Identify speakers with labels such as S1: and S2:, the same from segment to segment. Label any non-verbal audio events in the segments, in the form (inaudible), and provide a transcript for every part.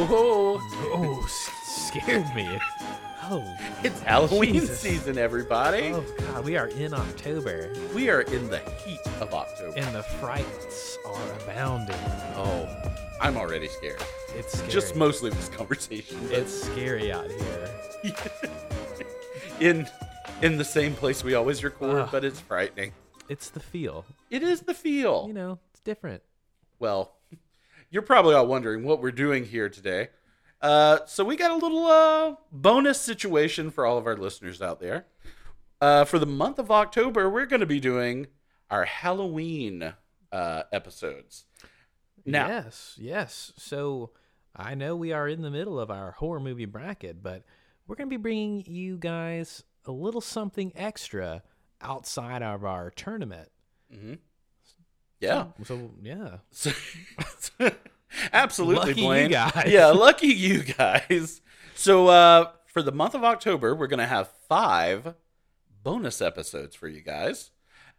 S1: Oh,
S2: Oh, s- scared me. Oh,
S1: it's Halloween
S2: Jesus.
S1: season, everybody.
S2: oh God, we are in October,
S1: We are in the heat of October.
S2: and the frights are abounding.
S1: oh, I'm already scared.
S2: It's scary.
S1: Just mostly this conversation. but
S2: It's scary out here.
S1: in in the same place we always record,
S2: Ugh.
S1: but it's frightening.
S2: It's the feel.
S1: It is the feel.
S2: You know, it's different.
S1: well, you're probably all wondering what we're doing here today. Uh, so we got a little uh, bonus situation for all of our listeners out there. Uh, for the month of October, we're going to be doing our Halloween uh, episodes. Now,
S2: Yes, yes. So I know we are in the middle of our horror movie bracket, but we're going to be bringing you guys a little something extra outside of our tournament.
S1: yeah,
S2: So, yeah.
S1: Mm-hmm.
S2: (laughs)
S1: So- Absolutely,
S2: Lucky you
S1: Blaine.
S2: guys.
S1: Yeah, lucky you guys. So uh, for the month of October, we're gonna have five bonus episodes for you guys,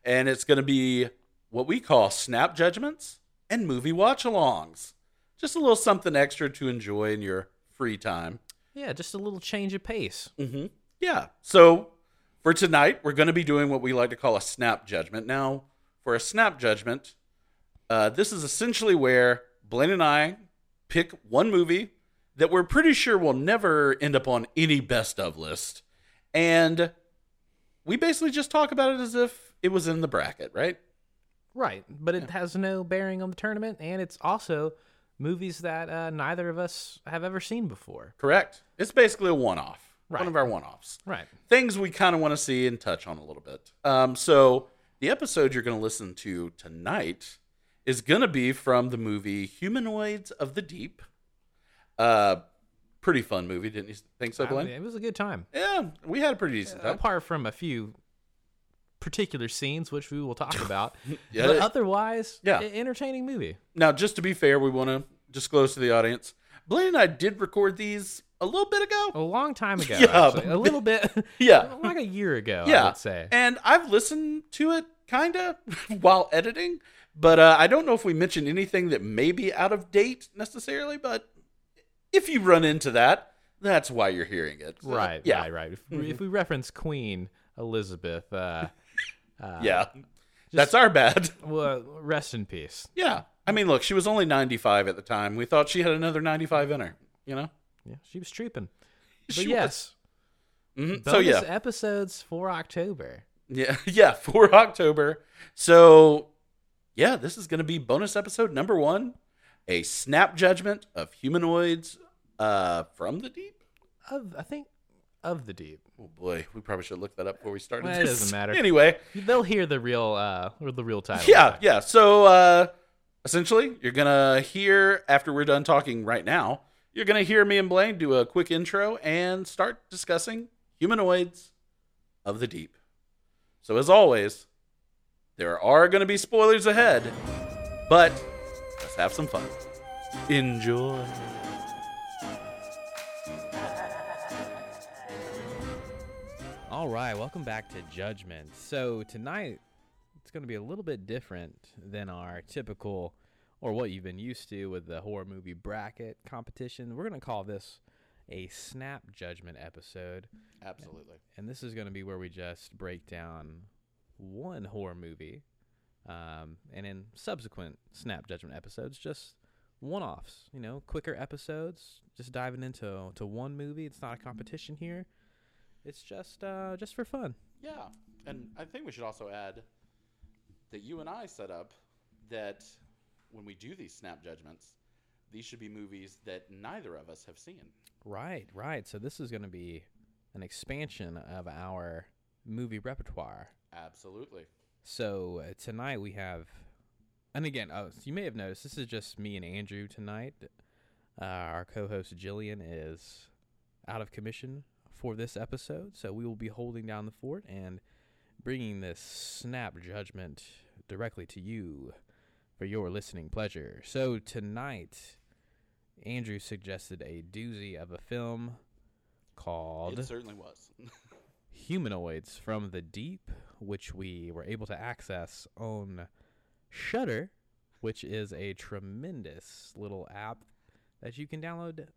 S1: and it's gonna be what we call snap judgments and movie watch-alongs. Just a little something extra to enjoy in your free time.
S2: Yeah, just a little change of pace.
S1: Mm-hmm. Yeah. So for tonight, we're going to be doing what we like to call a snap judgment. Now, for a snap judgment, uh, this is essentially where Blaine and I pick one movie that we're pretty sure will never end up on any best of list. And we basically just talk about it as if it was in the bracket, right?
S2: Right. But it has no bearing on the tournament, and it's also movies that uh, neither of us have ever seen before.
S1: Correct. It's basically a one off,
S2: Right.
S1: one of our one offs.
S2: Right.
S1: things we kind of want to see and touch on a little bit. Um, so the episode you're going to listen to tonight is going to be from the movie Humanoids of the Deep. Uh, pretty fun movie, didn't you think so,
S2: I mean,
S1: Blaine?
S2: it was a good time.
S1: yeah, we had a pretty decent time.
S2: apart from a few particular scenes which we
S1: (laughs)
S2: will talk about
S1: Yeah.
S2: but otherwise
S1: Yeah.
S2: yeah. entertaining movie
S1: Now, just to be fair, we want to disclose to the audience, Blaine and I did record these a little bit ago.
S2: a long time ago
S1: (laughs) Yeah,
S2: actually.
S1: but-
S2: a little bit
S1: (laughs) Yeah.
S2: (laughs) like a year ago
S1: yeah,
S2: i would say
S1: And I've listened to it kind of (laughs) while editing, but uh, I don't know if we mentioned anything that may be out of date necessarily. But if you run into that, that's why you're hearing it. So,
S2: right
S1: uh, Yeah. Mm-hmm.
S2: right right if, we if we reference queen elizabeth uh
S1: (laughs) Yeah. that's our bad. (laughs)
S2: well rest in peace
S1: yeah. I mean, look, she was only 95 at the time. We thought she had another 95 in her. You know.
S2: yeah she
S1: (laughs)
S2: was trooping but
S1: She was.
S2: yes
S1: Mhm. So
S2: bonus
S1: yeah.
S2: episodes for october
S1: Yeah, (laughs) yeah, for October. So, yeah, this is going to be bonus episode number one, a snap judgment of humanoids uh, from the deep.
S2: of i think of the deep
S1: Oh boy, we probably should look that up before we started.
S2: Well, it
S1: this.
S2: doesn't matter.
S1: (laughs) Anyway,
S2: they'll hear the real uh or the real title
S1: yeah, yeah. So, uh, essentially, you're gonna hear after we're done talking right now. You're gonna hear me and Blaine do a quick intro and start discussing humanoids of the deep. So, as always, there are gonna be spoilers ahead, but let's have some fun. Enjoy.
S2: All right, welcome back to Judgment. So tonight it's going to be a little bit different than our typical or what you've been used to with the horror movie bracket competition. We're going to call this a snap judgment episode,
S1: Absolutely.
S2: and this is going to be where we just break down one horror movie um, and in subsequent snap judgment episodes just one-offs, you know, quicker episodes, just diving into to one movie. It's not a competition here. It's just uh, just for fun.
S1: Yeah, and I think we should also add that you and I set up that when we do these snap judgments, these should be movies that neither of us have seen.
S2: Right, right. So this is going to be an expansion of our movie repertoire.
S1: Absolutely.
S2: So uh, tonight we have, and again, oh, so you may have noticed this is just me and Andrew tonight. Uh, our co-host Jillian is out of commission for this episode, so we will be holding down the fort and bringing this snap judgment directly to you for your listening pleasure. So tonight, Andrew suggested a doozy of a film called
S1: It certainly was. (laughs)
S2: humanoids from the deep, which we were able to access on Shutter, which is a tremendous little app that you can download.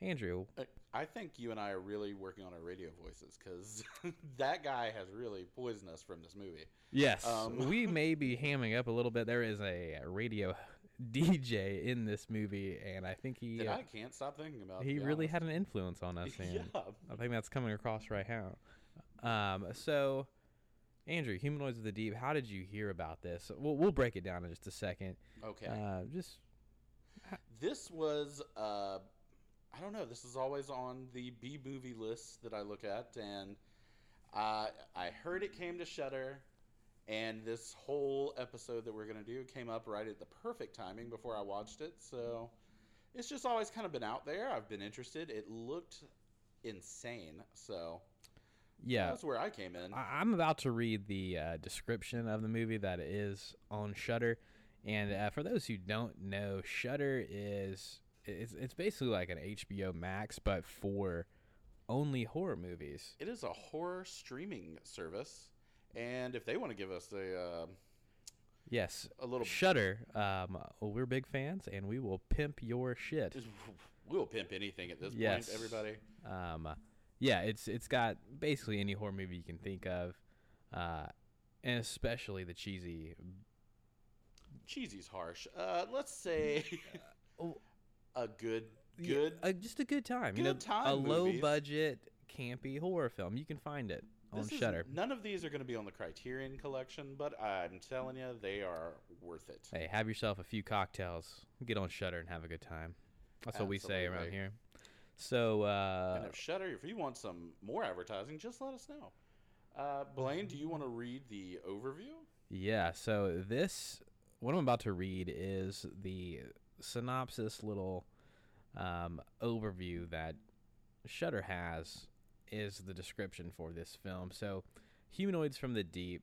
S2: Andrew,
S1: Uh, I think you and I are really working on our radio voices because (laughs) that guy has really poisoned us from this movie.
S2: yes,
S1: Um, (laughs)
S2: we may be hamming up a little bit. There is a radio (laughs) DJ in this movie, and I think he
S1: That
S2: uh,
S1: I can't stop thinking about. to
S2: he
S1: be
S2: really
S1: honest.
S2: had an influence on us. And
S1: (laughs) Yeah.
S2: I think that's coming across right now. Um, so, Andrew, Humanoids of the Deep, how did you hear about this? We'll, we'll break it down in just a second.
S1: Okay.
S2: Uh, just
S1: this was uh i don't know this is always on the b movie list that i look at and uh, i heard it came to shutter and this whole episode that we're going to do came up right at the perfect timing before i watched it so it's just always kind of been out there i've been interested it looked insane so
S2: yeah,
S1: that's where i came in
S2: I- I'm about to read the uh, description of the movie that is on Shutter, and uh, for those who don't know, Shutter is it's it's basically like an HBO Max, but for only horror movies.
S1: it is a horror streaming service and if they want to give us a uh,
S2: Yes,
S1: a little
S2: Shutter. Um, well, we're big fans, and we will pimp
S1: (laughs)
S2: your shit.
S1: we'll pimp anything at this
S2: Yes.
S1: point everybody
S2: Um, uh, yeah, it's it's got basically any horror movie you can think of, uh, and especially the cheesy.
S1: cheesy's harsh. Uh, let's say (laughs)
S2: oh.
S1: a good,
S2: Yeah,
S1: good.
S2: uh, just a good time. you know,
S1: good time
S2: a low
S1: movies.
S2: budget campy horror film. You can find it on
S1: this is-
S2: Shutter.
S1: None of these are going to be on the Criterion collection, but I'm telling you, they are worth it.
S2: Hey, have yourself a few cocktails, get on Shutter, and have a good time. That's what we say around
S1: Absolutely.
S2: here. So,
S1: and
S2: uh,
S1: if Shutter, if you want some more advertising, just let us know. Uh, Blaine, do you want to read the overview?
S2: yeah. So this, what I'm about to read is the synopsis, little um, overview that Shutter has is the description for this film. So, Humanoids from the Deep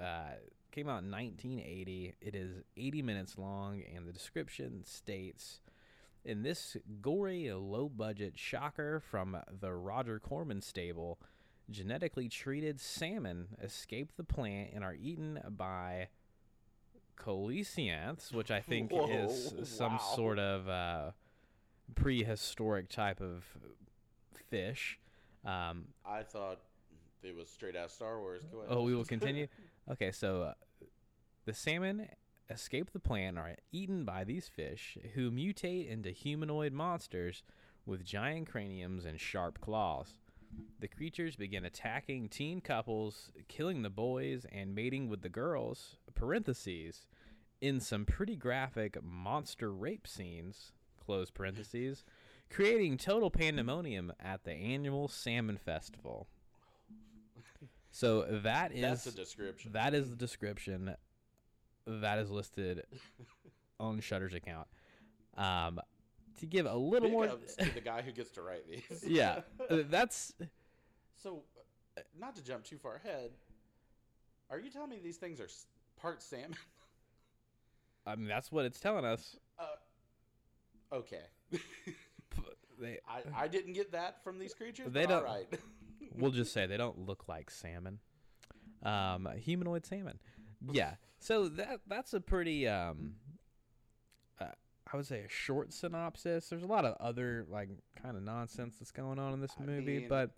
S2: uh, came out in 1980. It is 80 minutes long, and the description states In this gory, low budget shocker from the Roger Corman stable, genetically treated salmon escape the plant and are eaten by. Coelicanths, which I
S1: (laughs)
S2: think
S1: Whoa,
S2: is some
S1: wow.
S2: sort of uh, prehistoric type of fish. Um,
S1: I thought it was straight out Star Wars. Go ahead. (laughs)
S2: oh, we will continue. Okay, so uh, the salmon escape the plant and are eaten by these fish, who mutate into humanoid monsters with giant craniums and sharp claws. The creatures begin attacking teen couples, killing the boys and mating with the girls. Parentheses, in some pretty graphic monster rape scenes. Close parentheses, creating total pandemonium at the annual salmon festival. So that is
S1: That's a description.
S2: that is the description that is listed on Shutter's account. Um, to give a little
S1: Big
S2: more,
S1: ups to the guy who gets to write these.
S2: (laughs) yeah,
S1: (laughs)
S2: uh, that's
S1: So, uh, not to jump too far ahead, are you telling me these things are s- part salmon? (laughs)
S2: I mean that's what it's telling us.
S1: Uh, Okay, (laughs)
S2: They,
S1: I, I didn't get that from these creatures.
S2: They
S1: They but
S2: don't-
S1: All
S2: (laughs)
S1: right.
S2: we'll just say they don't look like salmon, um, humanoid salmon. Yeah, so that that's a pretty, um, uh, I would say, a short synopsis. There's a lot of other like kind of nonsense that's going on in this
S1: I
S2: movie,
S1: mean-
S2: but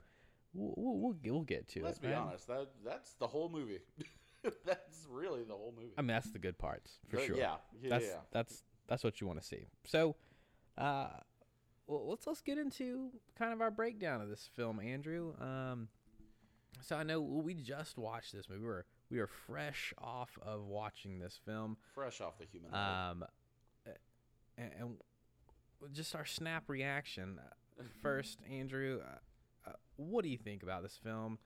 S2: we'll, we'll we'll get- we'll get to
S1: Let's
S2: it.
S1: be
S2: right?
S1: honest. That that's the whole movie. (laughs) that's really the whole movie.
S2: I mean, that's the good parts for
S1: But
S2: sure.
S1: Yeah. Yeah.
S2: that's
S1: yeah.
S2: that's that's what you want to see. So, uh, well, let's let's get into kind of our breakdown of this film, Andrew. Um, so I know we just watched this movie. We were we were fresh off of watching this film.
S1: Fresh off the human. eye.
S2: Um, and, and just our snap reaction. Uh, First, Andrew, uh, uh, what do you think about this film?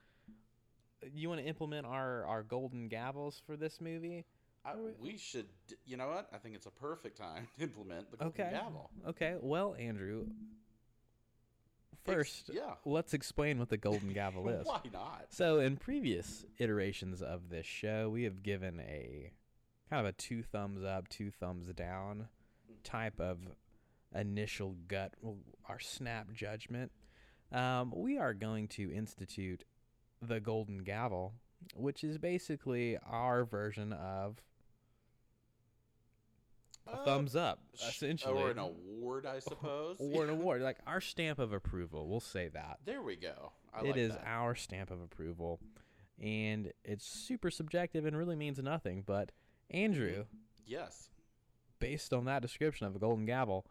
S2: You want to implement our, our golden gavels for this movie?
S1: I, we should. d- You know what? I think it's a perfect time (laughs) to implement the golden
S2: Okay.
S1: gavel.
S2: Okay. Well, Andrew,
S1: Ex-
S2: first,
S1: yeah.
S2: let's explain what
S1: (laughs)
S2: the Golden Gavel is.
S1: Why not?
S2: So, in previous iterations of this show, we have given a kind of a two thumbs up, two thumbs down type of initial gut, well, our snap judgment. Um, we are going to institute the Golden Gavel, which is basically our version of a
S1: Uh,
S2: thumbs up,
S1: Sh-
S2: essentially,
S1: Or an award, I suppose.
S2: (laughs) or an
S1: Yeah.
S2: award, like our stamp of approval. We'll say that
S1: There we go. I
S2: it is
S1: like that.
S2: our stamp of approval, and it's super subjective and really means nothing. But Andrew,
S1: Yes.
S2: based on that description of a golden gavel,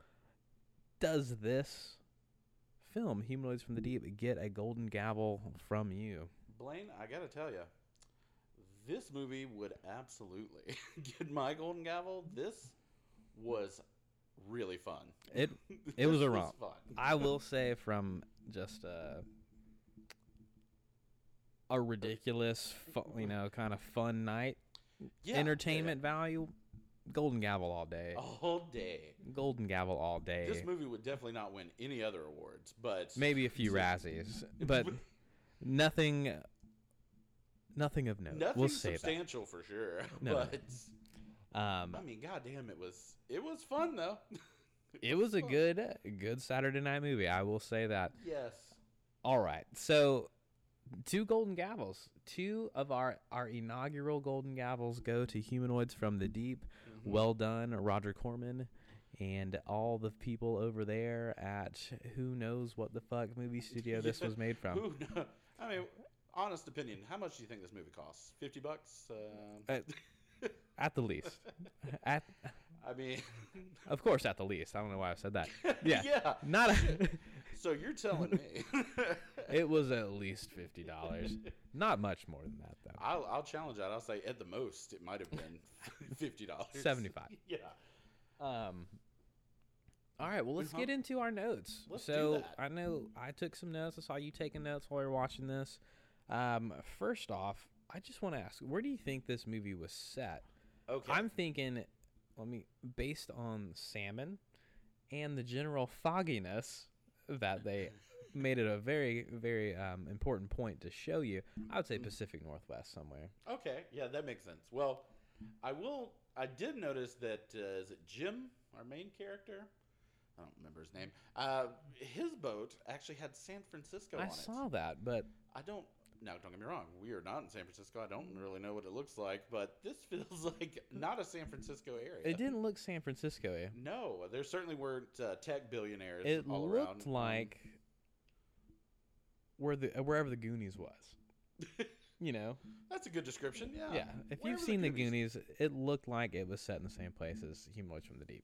S2: does this film Humanoids from the Deep get a golden gavel from you?
S1: Blaine, I got to tell you, this movie would absolutely (laughs) get my golden gavel. This was really fun. (laughs)
S2: It it
S1: This
S2: was a romp.
S1: fun.
S2: I will say from just a a ridiculous, fu- you know, kind of fun night
S1: Yeah,
S2: entertainment value. Golden gavel all day.
S1: yeah. all day.
S2: Golden gavel all
S1: This
S2: day.
S1: movie would definitely not win any other awards, but
S2: Maybe a few Razzies, (laughs) but nothing, nothing of note.
S1: nothing
S2: we'll say that.
S1: substantial for sure.
S2: No, no, no.
S1: but
S2: Um,
S1: I mean, goddamn, it was it was fun though. (laughs)
S2: it was a good, good Saturday night movie. I will say that.
S1: yes.
S2: All right. So, two golden gavels. Two of our our inaugural golden gavels go to humanoids from the deep.
S1: Mm-hmm.
S2: Well done, Roger Corman, and all the people over there at who knows what the fuck movie studio this was made from.
S1: (laughs) Who kno- I mean, honest opinion, how much do you think this movie costs? Fifty bucks? Um
S2: Uh, at
S1: (laughs)
S2: the least, at
S1: I mean, (laughs)
S2: of course at the least. I don't know why I said that. Yeah.
S1: yeah.
S2: Not a, (laughs)
S1: So you're telling me? (laughs)
S2: it was at least fifty dollars. Not much more than that though.
S1: I'll, I'll challenge that. I'll say at the most it might have been (laughs) fifty dollars.
S2: Seventy five.
S1: (laughs) Yeah.
S2: Um. All right. Well, let's
S1: Uh-huh.
S2: get into our notes.
S1: Let's do
S2: so
S1: that.
S2: I know I took some notes. I saw you taking notes while we were watching this. Um. First off, I just want to ask, where do you think this movie was set?
S1: Okay.
S2: I'm thinking, let me based on salmon and the general fogginess that
S1: (laughs)
S2: they made it a very very um, important point to show you. I would say Pacific Northwest somewhere.
S1: Okay, yeah, that makes sense. Well, I will. I did notice that uh, is it Jim, our main character? I don't remember his name. Uh, his boat actually had San Francisco
S2: I
S1: on it.
S2: saw that, but
S1: I don't. Now, don't get me wrong. We are not in San Francisco. I don't really know what it looks like, but (laughs) this feels like not a San Francisco area.
S2: it didn't look San Francisco.
S1: No, there certainly weren't uh, tech billionaires
S2: It
S1: all
S2: looked
S1: around. Mm-hmm.
S2: like where the uh, wherever the
S1: (laughs)
S2: Goonies was. you know,
S1: Mm-hmm. That's a good description. Yeah.
S2: yeah. If
S1: Wherever
S2: you've seen the Goonies? it looked like it was set in the same place as Humanoids from the Deep,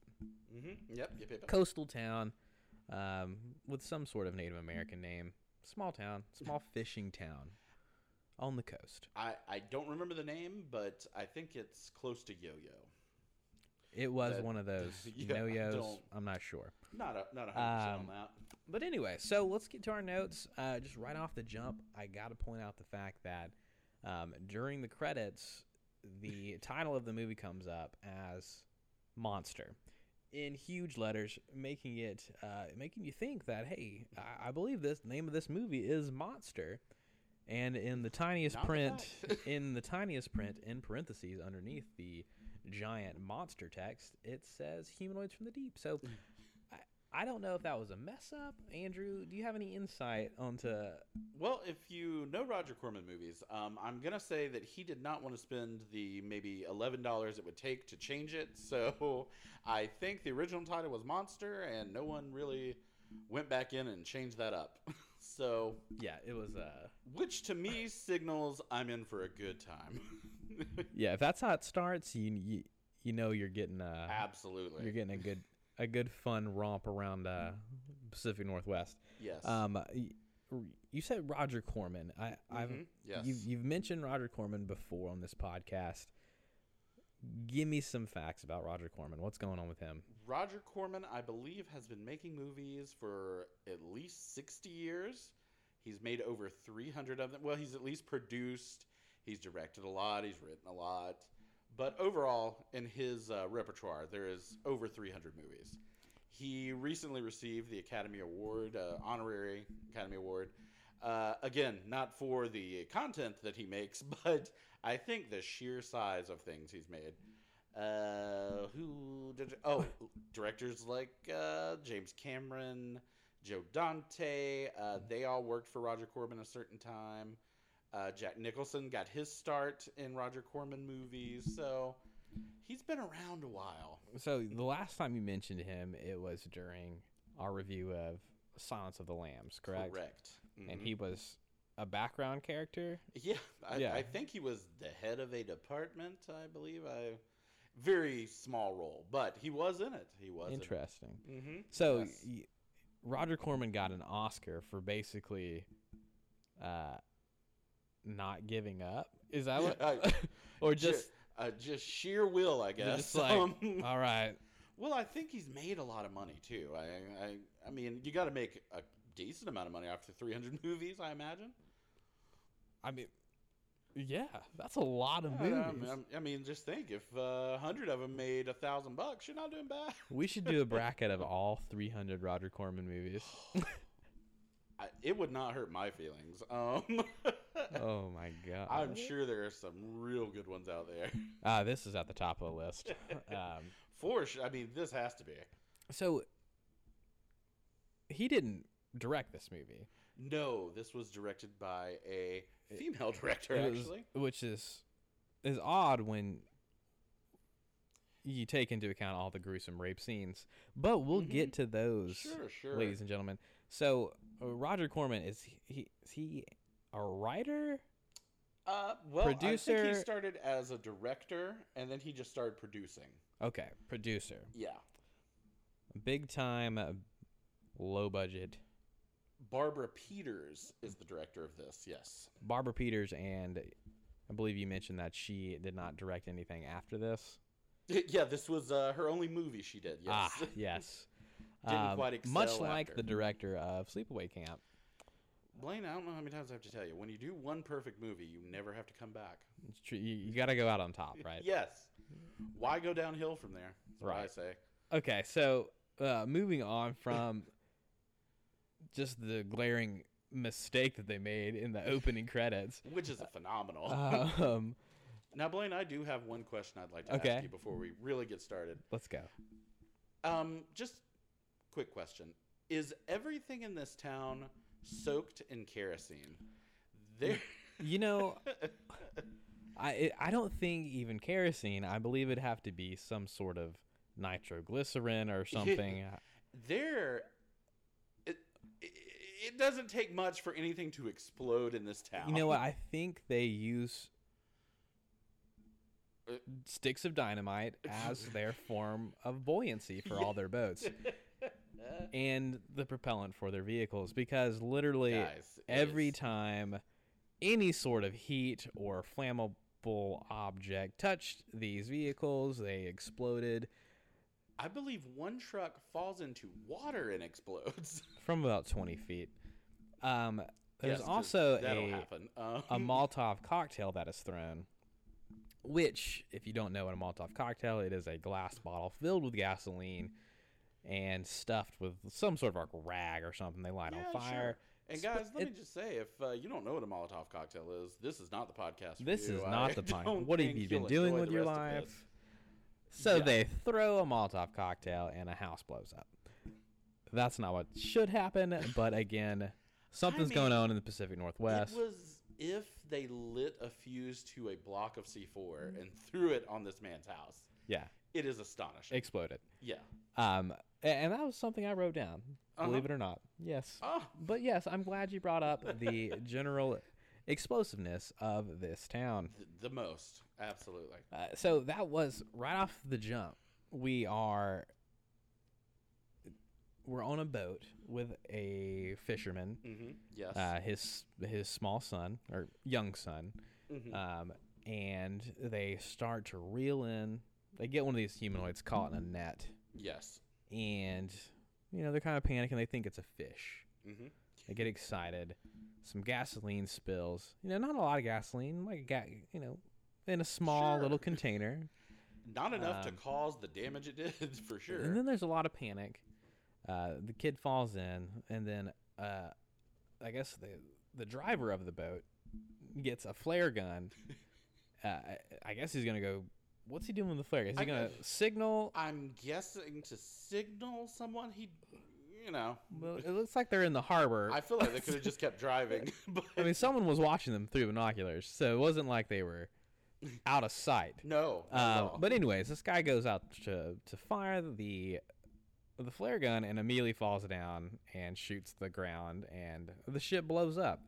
S1: Mhm, Yep. Yep. Yep. yep.
S2: coastal town, um, with some sort of Native American name. Small town, small
S1: (laughs)
S2: fishing town, on the coast.
S1: I, I don't remember the name, but I think it's close to Yo-Yo.
S2: It was
S1: That- (laughs)
S2: one of those
S1: yeah, I
S2: no-yos.
S1: don't-
S2: I'm not sure.
S1: Not a not a hundred
S2: Um,
S1: percent on that.
S2: But anyway, so let's get to our notes. Uh, just right off the jump, I got to point out the fact that um, during the credits, the title of the movie comes up as "Monster" in huge letters, making it uh, making you think that hey, I, I believe this the name of this movie is "Monster," and in the tiniest
S1: Not
S2: print,
S1: bad.
S2: (laughs) in the tiniest print in parentheses underneath the giant monster text, it says "Humanoids from the Deep." So. I- I don't know if that was a mess up. Andrew, do you have any insight onto
S1: Well, if you know Roger Corman movies, um, I'm gonna say that he did not want to spend the maybe eleven dollars it would take to change it. So (laughs) I think the original title was Monster, and no one really went back in and changed that up. (laughs) so,
S2: Yeah, it was uh
S1: which to me signals I'm in for a good time. (laughs)
S2: Yeah, if that's how it starts, you you, you know you're getting uh
S1: Absolutely.
S2: you're getting a good a good fun romp around uh Pacific Northwest.
S1: yes.
S2: Um y- you said Roger Corman. I I've
S1: Mhm, yes.
S2: you've you've mentioned Roger Corman before on this podcast. Give me some facts about Roger Corman. What's going on with him?
S1: Roger Corman, I believe, has been making movies for at least 60 years. He's made over 300 of them. Well, he's at least produced, he's directed a lot, he's written a lot. But overall, in his uh, repertoire, there is over 300 movies. He recently received the Academy Award, uh, honorary Academy Award. Uh, again, not for the content that he makes, (laughs) but I think the sheer size of things he's made. Uh, who? Did, oh, directors like uh, James Cameron, Joe Dante. Uh,
S2: Mm-hmm.
S1: they all worked for Roger Corman a certain time. Uh, Jack Nicholson got his start in Roger Corman movies. So He's been around a while.
S2: So the last time you mentioned him, it was during our review of Silence of the Lambs, correct? And he was a background character.
S1: Mm-hmm. (laughs) Yeah I,
S2: Yeah.
S1: I think he was the head of a department. I believe I very small role, but he was in it. He was in it.
S2: Interesting.
S1: Mm-hmm.
S2: So
S1: Yes.
S2: y- Roger Corman got an Oscar for basically uh not giving up. Is that what
S1: I-
S2: (laughs) or
S1: (laughs)
S2: just
S1: uh, just sheer will, I
S2: they're
S1: guess.
S2: just like uh
S1: Um,
S2: all right.
S1: (laughs) well, I think he's made a lot of money too. I, I, I mean, you got to make a decent amount of money after 300 (laughs) movies, I imagine.
S2: I mean yeah, that's a lot of
S1: I,
S2: movies.
S1: I, mean, um, I mean, just think if uh, hundred of them made a thousand bucks, you're not doing bad.
S2: we
S1: (laughs)
S2: should do a bracket of all 300 Roger Corman movies.
S1: I, it would not hurt my feelings. Um, (laughs)
S2: Oh my god.
S1: I'm sure there are some real good ones out there.
S2: Ah, this is at the top of the
S1: (laughs)
S2: list. Um,
S1: For sure. I mean, this has to be.
S2: so he didn't direct this movie,
S1: No, this was directed by a female (laughs) director,
S2: It was-
S1: actually.
S2: which is is odd when you take into account all the gruesome rape scenes. But we'll get to those,
S1: Mm-hmm. Sure, sure.
S2: ladies and gentlemen. So uh, Roger Corman is he- he is he a writer?
S1: Uh, well, I think
S2: Producer-
S1: he started as a director, and then he just started producing.
S2: Okay, producer,
S1: Yeah.
S2: big time, uh, low budget.
S1: Barbara Peters is the director of this. Yes. (laughs)
S2: Barbara Peters and I believe you mentioned that she did not direct anything after this.
S1: Yeah, this was uh, her only movie she did. Yes.
S2: Ah, yes. Um,
S1: Didn't quite excel
S2: much like
S1: after.
S2: the director of Sleepaway Camp.
S1: (laughs) Blaine, I don't know how many times I have to tell you. When you do one perfect movie, you never have to come back.
S2: It's true. You, got to go out on top, right?
S1: Yes. Why go downhill from there? That's what I
S2: Right.
S1: say.
S2: Okay, so uh, moving on from just the glaring mistake that they made in the opening credits. (laughs)
S1: Which is a phenomenal.
S2: Um,
S1: now, Blaine, I do have one question I'd like to
S2: Okay.
S1: ask you before we really get started.
S2: let's go.
S1: Um, just quick question: Is everything in this town soaked in kerosene? There, (laughs)
S2: You know, I it- I don't think even kerosene. I believe it'd have to be some sort of nitroglycerin (laughs) or something.
S1: there. It, it, it doesn't take much for anything to explode in this town.
S2: You
S1: (laughs)
S2: know what? I think they use
S1: Uh,
S2: sticks of dynamite as their form of buoyancy for all their boats and the propellant for their vehicles because literally
S1: Guys, it
S2: every
S1: is-
S2: time any sort of heat or flammable object touched these vehicles, they exploded
S1: I believe one truck falls into water and explodes.
S2: from about 20 feet. Um,
S1: Yes,
S2: there's
S1: 'cause
S2: also
S1: that'll
S2: a
S1: happen. Um, (laughs)
S2: a Molotov cocktail that is thrown. Which, if you don't know what a Molotov cocktail, it is a glass bottle filled with gasoline and stuffed with some sort of like rag or something they light
S1: yeah,
S2: on fire.
S1: sure. And
S2: Spl-
S1: guys, let
S2: it-
S1: me just say, if uh, you don't know what a Molotov cocktail is, this is not the podcast. For
S2: this
S1: you.
S2: is
S1: I (laughs)
S2: not the time.
S1: don't
S2: What have
S1: think
S2: you been
S1: you'll
S2: doing
S1: enjoy
S2: with
S1: the
S2: your
S1: rest of
S2: life?
S1: this.
S2: So
S1: Yeah.
S2: they throw a Molotov cocktail and a house blows up. That's not what should happen,
S1: (laughs)
S2: but again, something's
S1: mean,
S2: going on in the Pacific Northwest.
S1: It was if they lit a fuse to a block of C4 and threw it on this man's house.
S2: yeah,
S1: It is astonishing.
S2: exploded.
S1: yeah.
S2: Um, a- and that was something I wrote down.
S1: Uh-huh.
S2: Believe it or not, yes.
S1: Oh.
S2: But yes, I'm glad you brought up
S1: (laughs)
S2: the general explosiveness of this town.
S1: th- The most. Absolutely.
S2: Uh, so that was right off the jump. We are we're on a boat with a fisherman,
S1: hmm Yes.
S2: uh, his his small son or young son,
S1: Mm-hmm.
S2: um, and they start to reel in. They get one of these humanoids caught
S1: Mm-hmm.
S2: in a net
S1: yes.
S2: and you know they're kind of panicking. They think it's a fish.
S1: Mhm.
S2: They get excited. Some gasoline spills. You know, not a lot of gasoline. Like a ga- you know, in a small
S1: Sure.
S2: little container.
S1: Not enough to cause the damage it did, (laughs) for
S2: um, And
S1: sure.
S2: then there's a lot of panic. Uh, the kid falls in, and then uh, I guess the the driver of the boat gets a
S1: (laughs)
S2: flare gun. Uh, I, I guess he's gonna go. What's he doing with the flare? Is he
S1: I-
S2: gonna signal?
S1: I'm guessing to signal someone he, you know.
S2: Well, it looks like they're in the harbor.
S1: I feel like they could have just kept driving, (laughs) but (laughs)
S2: I mean, someone was watching them through binoculars, so it wasn't like they were out of sight.
S1: No. not at
S2: Uh,
S1: all.
S2: but anyways, this guy goes out to to fire the the flare gun and immediately falls down and shoots the ground and the ship blows up.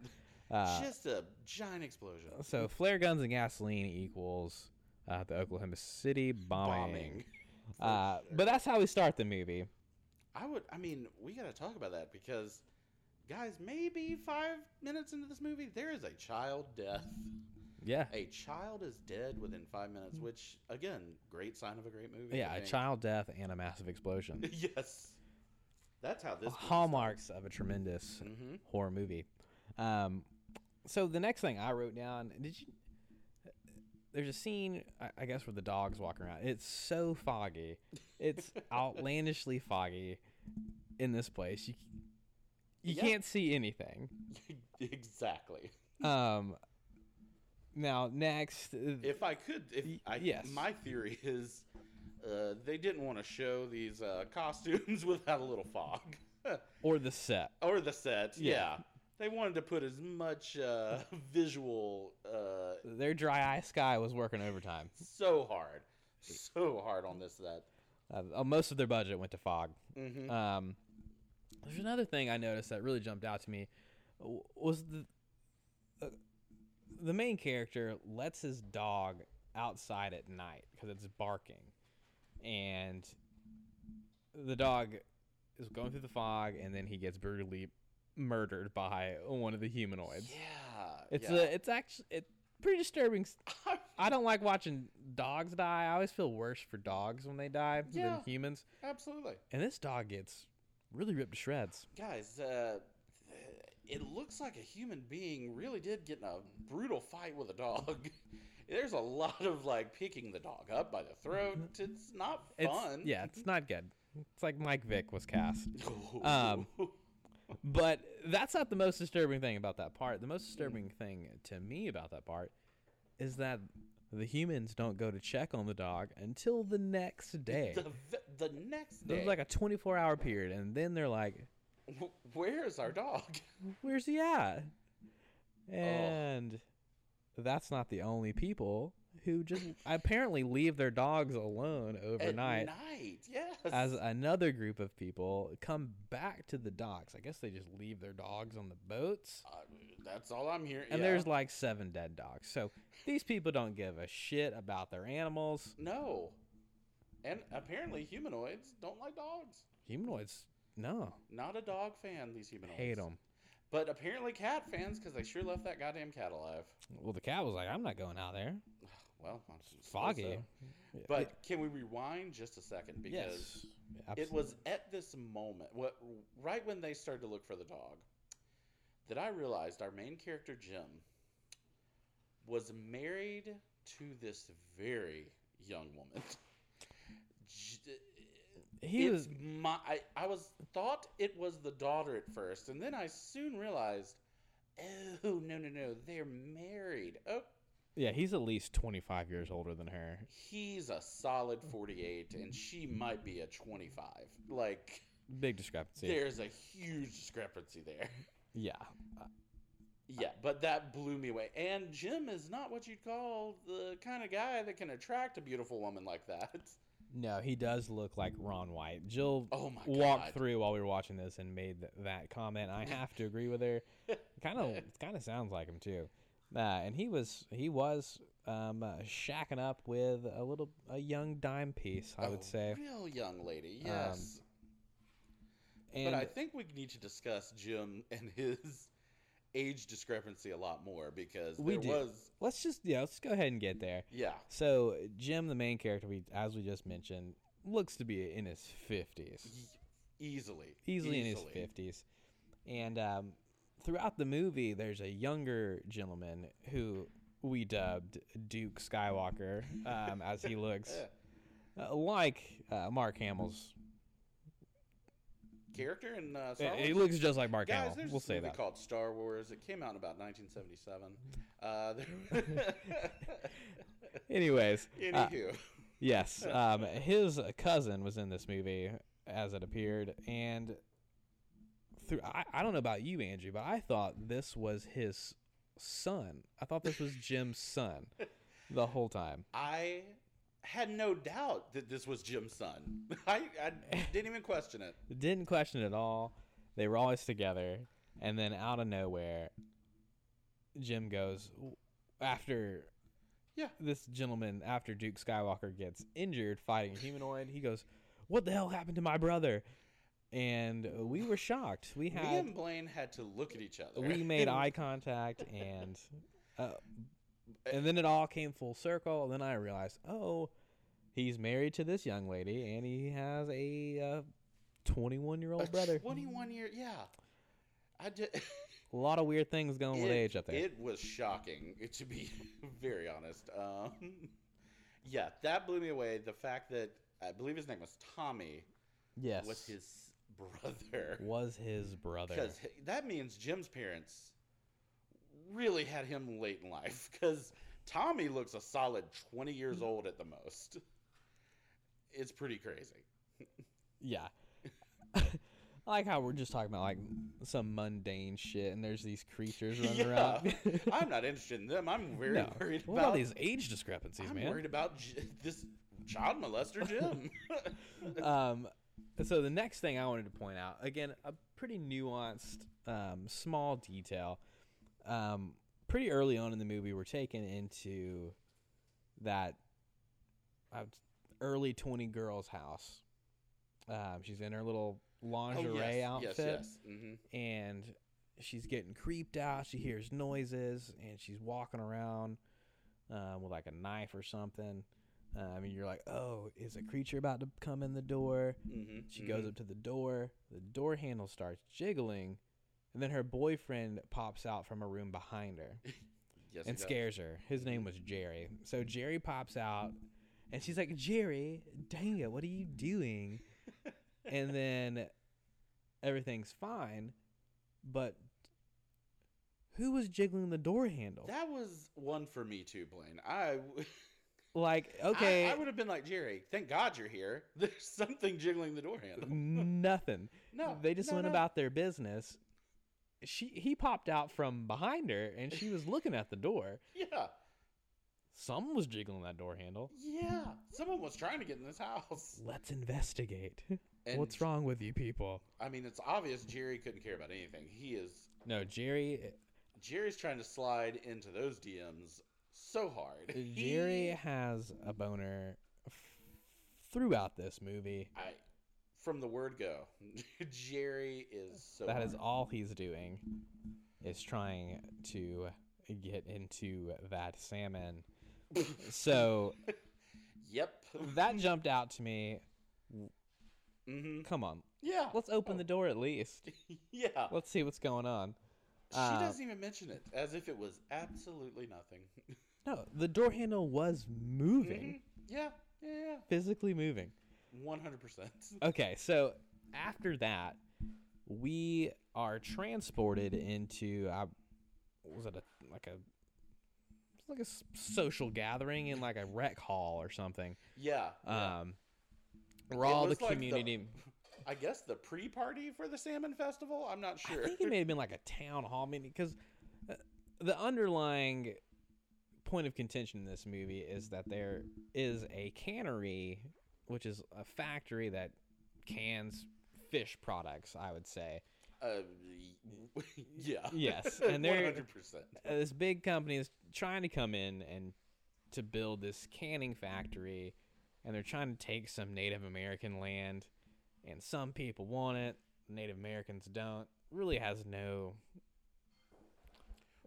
S2: Uh,
S1: just a giant explosion.
S2: so flare guns and gasoline equals uh, the Oklahoma City bombing.
S1: Bombing.
S2: (laughs) Uh, but that's how we start the movie.
S1: I would. I mean, we got to talk about that because, guys, maybe five minutes into this movie, there is a child death.
S2: Yeah.
S1: A child is dead within five minutes, which again, great sign of a great movie. I
S2: Yeah, a
S1: think.
S2: child death and a massive explosion.
S1: (laughs) yes, that's how this.
S2: Hallmarks of a tremendous
S1: Mm-hmm.
S2: horror movie. Um, so the next thing I wrote down, did you? There's a scene, I I guess, where the dog's walking around. It's so foggy.
S1: (laughs)
S2: It's outlandishly foggy in this place. You you
S1: Yeah.
S2: can't see anything.
S1: Mm-hmm. (laughs) exactly.
S2: Um, now next, uh,
S1: If I could, if I,
S2: yes.
S1: my theory is, uh, they didn't want to show these uh, costumes (laughs) without a little fog,
S2: or the set.
S1: or the set. Yeah.
S2: Yeah.
S1: they wanted to put as much uh, (laughs) visual uh,
S2: Their dry eye sky was working overtime.
S1: so hard, so hard on this set. Mm-hmm.
S2: Uh, uh, most of their budget went to fog. Um, there's another thing I noticed that really jumped out to me w- was the uh, the main character lets his dog outside at night because it's barking, and the dog is going through the fog, and then he gets brutally murdered by one of the humanoids.
S1: Yeah,
S2: It's
S1: yeah.
S2: a, it's actually it's pretty disturbing. s- I don't like watching dogs die. I always feel worse for dogs when they die
S1: Yeah.
S2: than humans.
S1: (laughs) absolutely,
S2: And this dog gets really ripped to shreds.
S1: guys. Uh, it looks like a human being really did get in a brutal fight with a dog. (laughs) There's a lot of like picking the dog up by the throat. It's not
S2: Mm-hmm. It's,
S1: fun. (laughs)
S2: Yeah, it's not good. It's like Mike Vick was cast.
S1: Um,
S2: But that's not the most disturbing thing about that part. The most disturbing thing to me about that part is that the humans don't go to check on the dog until the next day.
S1: (laughs) the v- the next day,
S2: There's like a 24 hour period, and then they're like,
S1: "Wh- where is our dog?
S2: where's he at?
S1: Oh.
S2: And that's not the only people who just apparently leave their dogs alone
S1: At
S2: (laughs) overnight.
S1: night, yes.
S2: as another group of people come back to the docks. I guess they just leave their dogs on the boats.
S1: Uh, that's all I'm hearing.
S2: And
S1: yeah.
S2: there's like seven dead dogs. So these people don't give a shit about their animals.
S1: no, and apparently humanoids don't like dogs.
S2: Humanoids, no.
S1: Not a dog fan, these humanoids.
S2: Hate them.
S1: But apparently cat fans, because they sure left that goddamn cat alive.
S2: Well, the cat was like, I'm not going out there.
S1: Well, I'm s- suppose
S2: Foggy.
S1: so. But can we rewind just a second? Because
S2: Yes.
S1: it was at this moment, what right when they started to look for the dog, that I realized our main character, Jim, was married to this very young woman. (laughs) J-
S2: He
S1: it's
S2: was,
S1: my I, I was thought it was the daughter at first and then i soon realized oh no no no they're married oh
S2: yeah, he's at least 25 years older than her.
S1: he's a solid
S2: Mm-hmm.
S1: 48 and she might be a 25 like
S2: Big discrepancy.
S1: there's a huge discrepancy there (laughs)
S2: Yeah.
S1: yeah but that blew me away and jim is not what you'd call the kind of guy that can attract a beautiful woman like that (laughs)
S2: No, he does look like Ron White. Jill
S1: Oh my
S2: walked
S1: God.
S2: through while we were watching this and made th- that comment.
S1: (laughs)
S2: I have to agree with her. Kind of, kind of sounds like him too. Uh, and he was, he was um, uh, shacking up with a little, a young dime piece,
S1: Oh.
S2: I would say. Um,
S1: real young lady yes
S2: And
S1: But I think we need to discuss Jim (laughs) and his age discrepancy a lot more because
S2: we
S1: there
S2: do.
S1: was
S2: Let's just, yeah, let's go ahead and get there.
S1: yeah.
S2: So Jim, the main character, we as we just mentioned, looks to be in his fifties.
S1: e-, Easily.
S2: easily, in his 50s. And um, throughout the movie, there's a younger gentleman who we dubbed Duke Skywalker, um, as he looks
S1: (laughs)
S2: uh, like uh, Mark Hamill's.
S1: Character in uh, Star Wars.
S2: He looks just like Mark
S1: Guys,
S2: Hamill.
S1: there's
S2: We'll
S1: this
S2: say
S1: movie
S2: that.
S1: called Star Wars. It came out in about 1977. Uh,
S2: (laughs)
S1: there- (laughs)
S2: Anyways, uh,
S1: Anywho, (laughs)
S2: yes, um, his cousin was in this movie as it appeared, and through I, I don't know about you, Andrew,
S1: (laughs)
S2: but I thought this was his son. I thought this was Jim's son. the whole time.
S1: I had no doubt that this was Jim's son. (laughs) I, I didn't even question
S2: (laughs)
S1: it.
S2: Didn't question it at all. They were always together, and then out of nowhere, Jim goes after.
S1: Yeah.
S2: this gentleman after Duke Skywalker gets injured fighting a humanoid, he goes, "What the hell happened to my brother?" And we were shocked.
S1: Me
S2: We had
S1: and Blaine had to look at each other.
S2: we
S1: (laughs)
S2: made eye contact and uh, and then it all came full circle and then i realized oh he's married to this young lady and he has a 21 year old brother
S1: Twenty-one year. Yeah. I did.
S2: a lot of weird things going with
S1: it-
S2: Oh, age up there
S1: (laughs) It was shocking, to be (laughs) very honest. Um, yeah, that blew me away. The fact that I believe his name was Tommy
S2: yes
S1: was his brother.
S2: was his brother
S1: Because that means Jim's parents really had him late in life. Because Tommy looks a solid 20
S2: Mm.
S1: years old at the most. It's pretty crazy.
S2: yeah (laughs) I like how we're just talking about like some mundane shit and there's these creatures
S1: (laughs)
S2: running
S1: Yeah.
S2: around (laughs)
S1: I'm not interested in them. I'm very
S2: no.
S1: worried
S2: what about
S1: about
S2: these age discrepancies
S1: I'm
S2: man
S1: worried about J- this child molester
S2: (laughs)
S1: Jim. (laughs)
S2: um, so the next thing I wanted to point out, again, a pretty nuanced, um, small detail. Um, pretty early on in the movie, we're taken into that uh, early twenty girls' house. Um, she's in her little lingerie outfit,
S1: Oh, Yes, yes. hmm
S2: and she's getting creeped out. She hears noises, and she's walking around um, with like a knife or something. Um, and you're like, "Oh, is a creature about to come in the door?"
S1: Mhm,
S2: She goes up to the door. The door handle starts jiggling, and then her boyfriend pops out from a room behind her
S1: Yes,
S2: and
S1: he does. Mm-hmm.
S2: scares her. His name was Jerry. So Jerry pops out, and she's like, "Jerry, dang it, what are you
S1: (laughs)
S2: doing?" and then everything's fine, but who was jiggling the door handle?
S1: That was one for me too, Blaine. I w- (laughs)
S2: like,
S1: I-
S2: okay,
S1: I, would have been like Jerry. Thank God you're here. (laughs) There's something jiggling the door handle.
S2: (laughs) nothing.
S1: No,
S2: they just
S1: no,
S2: went
S1: no.
S2: about their business. She he popped out from behind her, and she was looking at the door.
S1: Yeah,
S2: Someone was jiggling that door handle.
S1: yeah. Someone was trying to get in this house.
S2: Let's investigate.
S1: And-
S2: What's wrong with you people?
S1: I mean, it's obvious Jerry couldn't care about anything. He is
S2: No, Jerry.
S1: Jerry's trying to slide into those DMs so hard. He-
S2: uh, Jerry has a boner f- throughout this movie.
S1: I, from the word go, (laughs) Jerry is so.
S2: That
S1: hard.
S2: is all he's doing, is trying to get into
S1: (laughs)
S2: that salmon. so
S1: Yep.
S2: that jumped out to me.
S1: hmm
S2: Come on,
S1: Yeah.
S2: let's open the door at least.
S1: (laughs) Yeah.
S2: Let's see what's going on.
S1: She
S2: Uh,
S1: doesn't even mention it, as if it was absolutely
S2: (laughs)
S1: nothing. Mm-hmm.
S2: No, the door handle was moving,
S1: yeah, yeah,
S2: physically moving.
S1: one hundred percent. (laughs)
S2: Okay, so after that, we are transported into I was it a like a it's like a s- social gathering in like a rec hall or something.
S1: Yeah,
S2: Um, where all the
S1: was like the-
S2: community.
S1: (laughs) I guess the pre-party for the salmon festival. I'm not sure.
S2: I think it may have been like a town hall meeting because the underlying point of contention in this movie is that there is a cannery, which is a factory that cans fish products. I would say
S1: uh, (laughs) yeah. (laughs)
S2: Yes, and they're-
S1: one hundred percent.
S2: Uh, this big company is trying to come in and to build this canning factory, and they're trying to take some Native American land, and some people want it, Native Americans don't. Really has no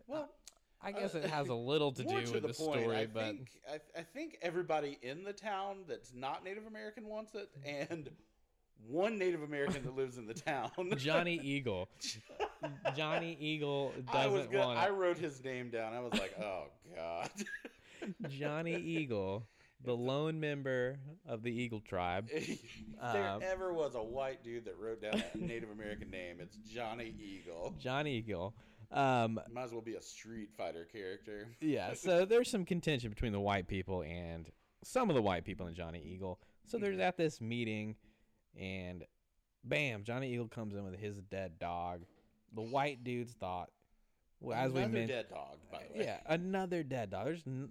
S1: Well,
S2: I guess it has a little to
S1: Uh, (laughs) more
S2: do
S1: to
S2: with
S1: the,
S2: the
S1: point,
S2: story,
S1: I
S2: but
S1: think (laughs) I, I think everybody in the town that's not Native American wants it, and one Native American that lives in the
S2: (laughs)
S1: town.
S2: Johnny Eagle, Johnny Eagle
S1: (laughs) I was
S2: doesn't
S1: gonna, I
S2: want
S1: wrote his name down. I was
S2: (laughs)
S1: like, oh god. (laughs)
S2: it. (laughs) Johnny Eagle, the lone member of the Eagle tribe.
S1: if there
S2: Um,
S1: ever was a white dude that wrote down a Native American name, it's Johnny Eagle.
S2: Johnny Eagle. Um,
S1: Might as well be a Street Fighter character.
S2: yeah, so there's some contention between the white people and some of the white people and Johnny Eagle.
S1: Mm-hmm.
S2: So there's at this meeting, and bam, Johnny Eagle comes in with his dead dog. The white dudes thought, well, as we
S1: Another
S2: mentioned,
S1: dead dog, by the way.
S2: yeah, another dead dog. There's n-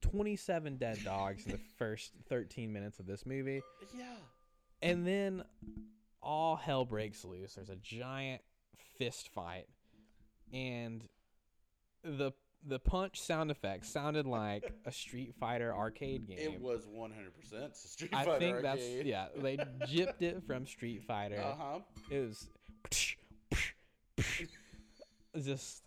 S2: 27 dead dogs
S1: (laughs)
S2: in the first 13 minutes of this movie.
S1: Yeah.
S2: And then all hell breaks loose. There's a giant fist fight. And the the punch sound effects sounded like a Street Fighter arcade game.
S1: It was 100% Street
S2: I
S1: Fighter
S2: think that's
S1: arcade.
S2: yeah, they gypped it from Street Fighter.
S1: Uh-huh.
S2: It was just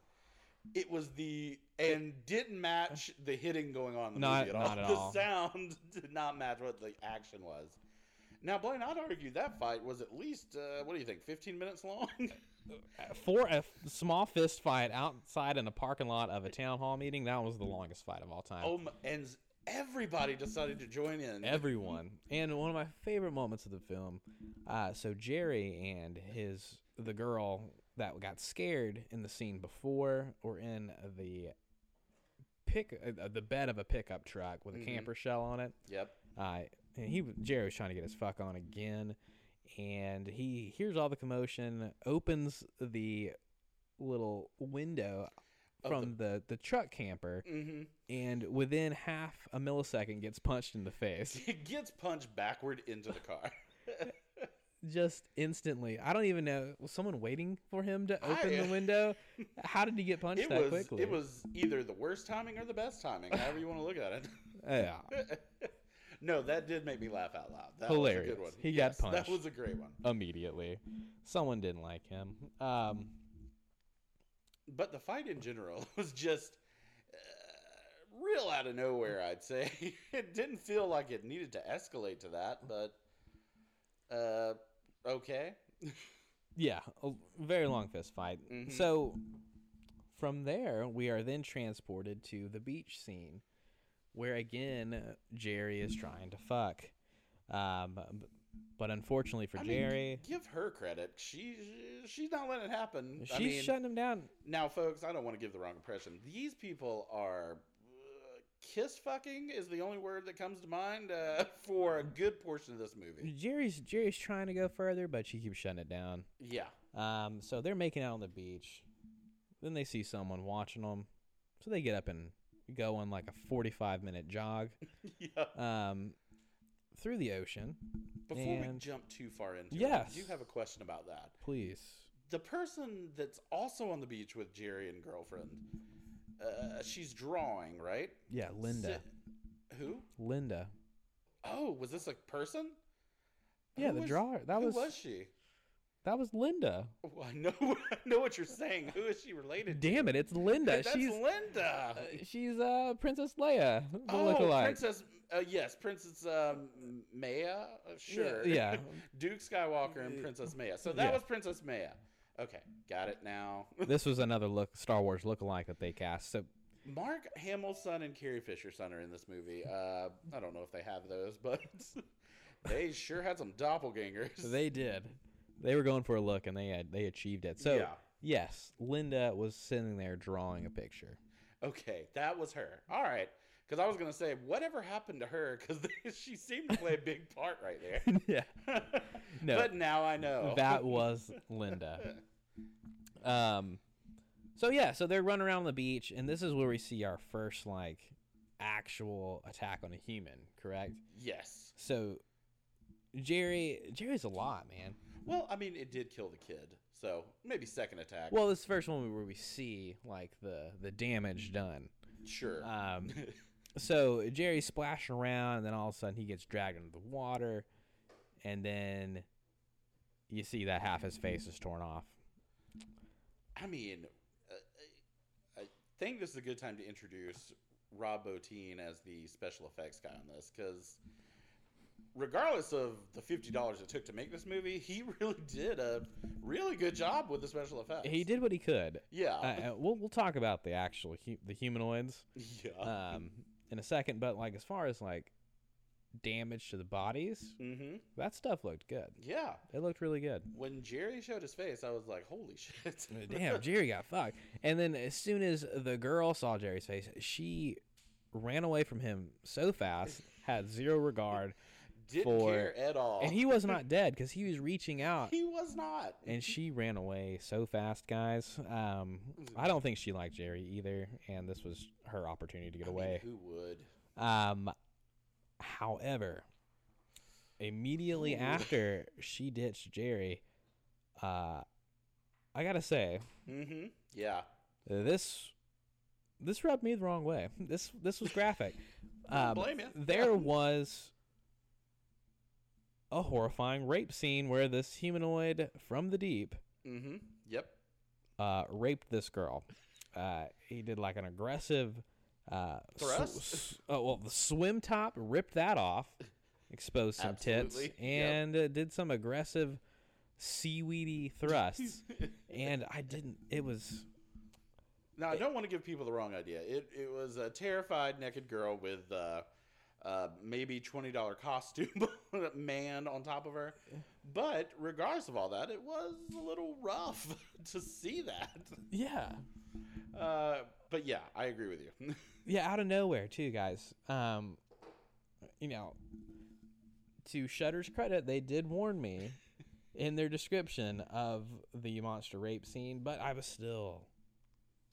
S1: It was the and didn't match the hitting going on in the
S2: Not-
S1: movie at all.
S2: not at all.
S1: The sound (laughs) did not match what the action was. Now, Blaine, I'd argue that fight was at least uh, what do you think, 15 minutes long? (laughs)
S2: for a f- small fist fight outside in the parking lot of a town hall meeting, that was the longest fight of all time.
S1: oh, my, and everybody decided to join in.
S2: Everyone. And one of my favorite moments of the film, uh, so Jerry and his the girl that got scared in the scene before or in the pick uh, the bed of a pickup truck with a camper shell on it.
S1: yep.
S2: Uh, and he Jerry was trying to get his fuck on again, and he hears all the commotion, opens the little window from the, the truck camper,
S1: mm-hmm.
S2: and within half a millisecond gets punched in the face,
S1: It gets punched backward into the car.
S2: just instantly. I don't even know was someone waiting for him to open
S1: I- (laughs)
S2: the window. How did he get punched
S1: It
S2: that
S1: was
S2: quickly?
S1: it was either the worst timing or the best timing, however you want to look at it.
S2: yeah.
S1: No, that did make me laugh out loud. That was a good
S2: Hilarious.
S1: one.
S2: He got
S1: That
S2: punched.
S1: was a great one.
S2: immediately. Someone didn't like him. Um,
S1: but the fight in general (laughs) was just uh, real out of nowhere i'd say (laughs) it didn't feel like it needed to escalate to that but uh okay
S2: Yeah, a very long fist fight.
S1: Mm-hmm.
S2: So from there, we are then transported to the beach scene, where again Jerry is trying to fuck, um, b- but unfortunately for Jerry,
S1: give her credit she she's not letting it happen
S2: she's
S1: i mean
S2: shutting him down.
S1: now folks i don't want to give the wrong impression these people are uh, kiss fucking is the only word that comes to mind uh, (laughs) for a good portion of this movie
S2: Jerry's Jerry's trying to go further, but she keeps shutting it down.
S1: yeah (laughs)
S2: Um, so they're making out on the beach. Then they see someone watching them, so they get up and go on like a forty-five
S1: (laughs)
S2: minute jog
S1: yeah
S2: um, through the ocean.
S1: before we
S2: and-
S1: jump too far into
S2: Yes.
S1: it i do have a question about that
S2: Please.
S1: the person that's also on the beach with Jerry and girlfriend, uh, she's drawing, right?
S2: Yeah, Linda.
S1: Si- who?
S2: Linda.
S1: Oh, was this a person?
S2: Yeah,
S1: Who
S2: the
S1: was-
S2: drawer. That
S1: who
S2: was,
S1: was she?
S2: that was Linda.
S1: Well, I know, (laughs) I know what you're saying. Who is she related? to?
S2: Damn it, it's Linda.
S1: (laughs) That's
S2: she's
S1: Linda.
S2: she's uh Princess Leia. The
S1: oh,
S2: lookalike.
S1: Princess. Uh, yes, Princess um, Maya. Uh, Sure.
S2: yeah.
S1: (laughs)
S2: Uh,
S1: Duke Skywalker and Princess Maya. So that
S2: Yeah.
S1: was Princess Maya. Okay, got it now.
S2: this was another look Star Wars lookalike that they cast. So
S1: Mark Hamill's son and Carrie Fisher's son are in this movie. Uh, I don't know if they have those, but (laughs) they sure had some doppelgangers. (laughs)
S2: they did. They were going for a look and they had they achieved it. So
S1: Yeah.
S2: yes, Linda was sitting there drawing a picture.
S1: Okay, that was her. All right, because I was gonna say whatever happened to her, because (laughs) she seemed to play a big part right there.
S2: (laughs)
S1: (laughs)
S2: yeah. No.
S1: But now I know.
S2: that was Linda. Um, so yeah, so they're running around the beach, and this is where we see our first like actual attack on a human. Correct.
S1: yes.
S2: So Jerry, Jerry's a lot, man.
S1: Well, I mean, it did kill the kid, so maybe second attack.
S2: Well, this first one where we see like the the damage done.
S1: sure.
S2: Um,
S1: (laughs)
S2: so Jerry's splashing around, and then all of a sudden he gets dragged into the water, and then you see that half his face is torn off.
S1: I mean, uh, I think this is a good time to introduce Rob Bottin as the special effects guy on this because, regardless of the fifty dollars it took to make this movie, he (laughs) really did a really good job with the special effects.
S2: He did what he could.
S1: yeah,
S2: uh, uh, we'll we'll talk about the actual hu- the humanoids
S1: (laughs) yeah,
S2: um, in a second, but like as far as like damage to the bodies,
S1: hmm
S2: that stuff looked good.
S1: yeah.
S2: It looked really good.
S1: When Jerry showed his face, I was like, "Holy shit!"
S2: (laughs)
S1: (laughs)
S2: Damn, Jerry got fucked. And then as soon as the girl saw Jerry's face, she ran away from him so fast, had zero regard,
S1: Didn't
S2: For-
S1: care at all.
S2: and he was not dead because he was
S1: (laughs)
S2: reaching out.
S1: he was not.
S2: And she ran away so fast, guys. Um, I don't think she liked Jerry either, and this was her opportunity to get
S1: I mean,
S2: away.
S1: who would?
S2: Um, however, immediately after she ditched Jerry, uh, I gotta say
S1: Mm-hmm. Yeah.
S2: this this rubbed me the wrong way. This this was graphic.
S1: (laughs) don't blame ya.
S2: Um,
S1: (laughs)
S2: There was a horrifying rape scene where this humanoid from the deep
S1: Mm-hmm. Yep.
S2: uh, raped this girl. Uh, he did like an aggressive uh, sw-
S1: Thrust?
S2: s- oh well, the swim top ripped that off, exposed some tits,
S1: Absolutely, yep.
S2: and uh, did some aggressive seaweedy
S1: (laughs)
S2: thrusts. and I didn't. It was
S1: Now I don't want to give people the wrong idea. It it was a terrified naked girl with uh, uh, maybe twenty dollar costume (laughs) man on top of her. But regardless of all that, it was a little rough (laughs) to see that.
S2: yeah,
S1: Uh, but yeah, I agree with you. (laughs)
S2: yeah, out of nowhere too, guys. Um, you know, to Shutter's credit, they did warn me in their description of the monster rape scene, but I was still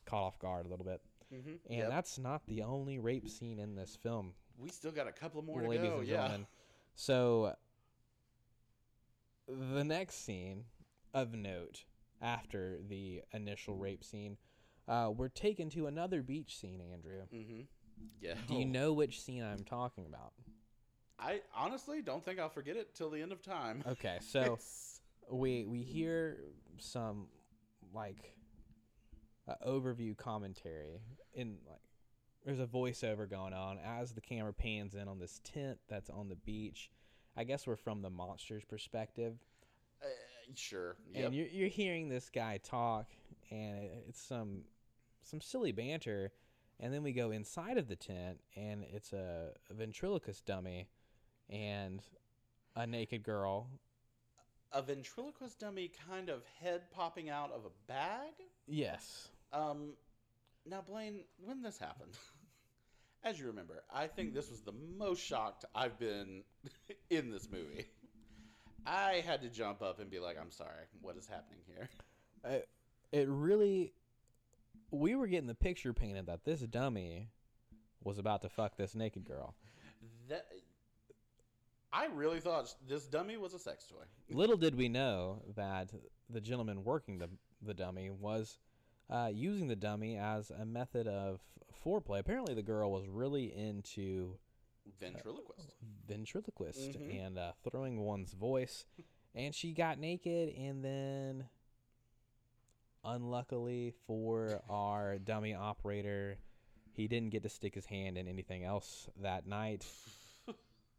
S2: caught off guard a little bit. And
S1: yep.
S2: that's not the only rape scene in this film,
S1: we still got a couple more to
S2: ladies
S1: go.
S2: and
S1: Yeah.
S2: gentlemen. So, the next scene of note after the initial rape scene, uh, we're taken to another beach scene, Andrew.
S1: Mm-hmm. Yeah.
S2: Do you know which scene I'm talking about?
S1: I honestly don't think I'll forget it till the end of time.
S2: Okay,
S1: (laughs)
S2: Uh, so we we hear some like uh, overview commentary in like there's a voiceover going on as the camera pans in on this tent that's on the beach. I guess we're from the monster's perspective,
S1: Uh, sure. Yep.
S2: and you're you're hearing this guy talk, and it, it's some some silly banter, and then we go inside of the tent, and it's a, a ventriloquist dummy, and a naked girl.
S1: a ventriloquist dummy kind of head popping out of a bag.
S2: Yes.
S1: Um, now, Blaine, when this happened, (laughs) as you remember, I think this was the most shocked I've been (laughs) in this movie. I had to jump up and be like, "I'm sorry, what is happening here?"
S2: I- it really we were getting the picture painted that this dummy was about to fuck this naked girl.
S1: That I really thought this dummy was a sex toy.
S2: Little did we know that the gentleman working the the dummy was uh, using the dummy as a method of foreplay. Apparently, the girl was really into
S1: Ventriloquist.
S2: ventriloquist and uh, throwing one's voice, and she got naked and then. Unluckily for our dummy operator, he didn't get to stick his hand in anything else that night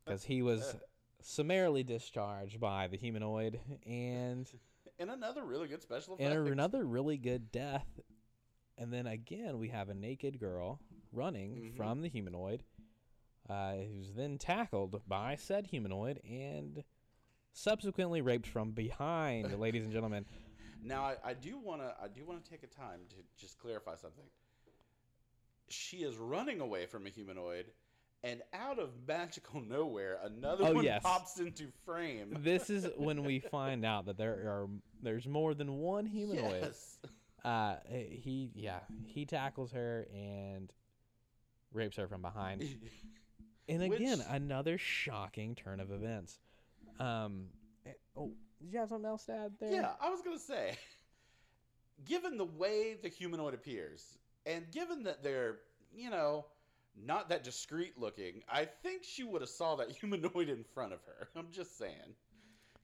S2: because he was summarily discharged by the humanoid and
S1: And another really good special effect.
S2: and another really good death. And then again, we have a naked girl running from the humanoid, uh, who's then tackled by said humanoid and subsequently raped from behind, ladies and gentlemen.
S1: Now I, I do want to I do want to take a time to just clarify something. She is running away from a humanoid, and out of magical nowhere, another
S2: Oh,
S1: one
S2: yes.
S1: pops into frame.
S2: This is when we find out that there are there's more than one humanoid.
S1: Yes,
S2: Uh, he yeah he tackles her and rapes her
S1: (laughs)
S2: from behind. and
S1: Which-
S2: again, another shocking turn of events. Um, eh, oh, did you have something else to add there?
S1: yeah. I was gonna say, given the way the humanoid appears, and given that they're you know not that discreet looking, I think she would have saw that (laughs) humanoid in front of her. I'm just saying,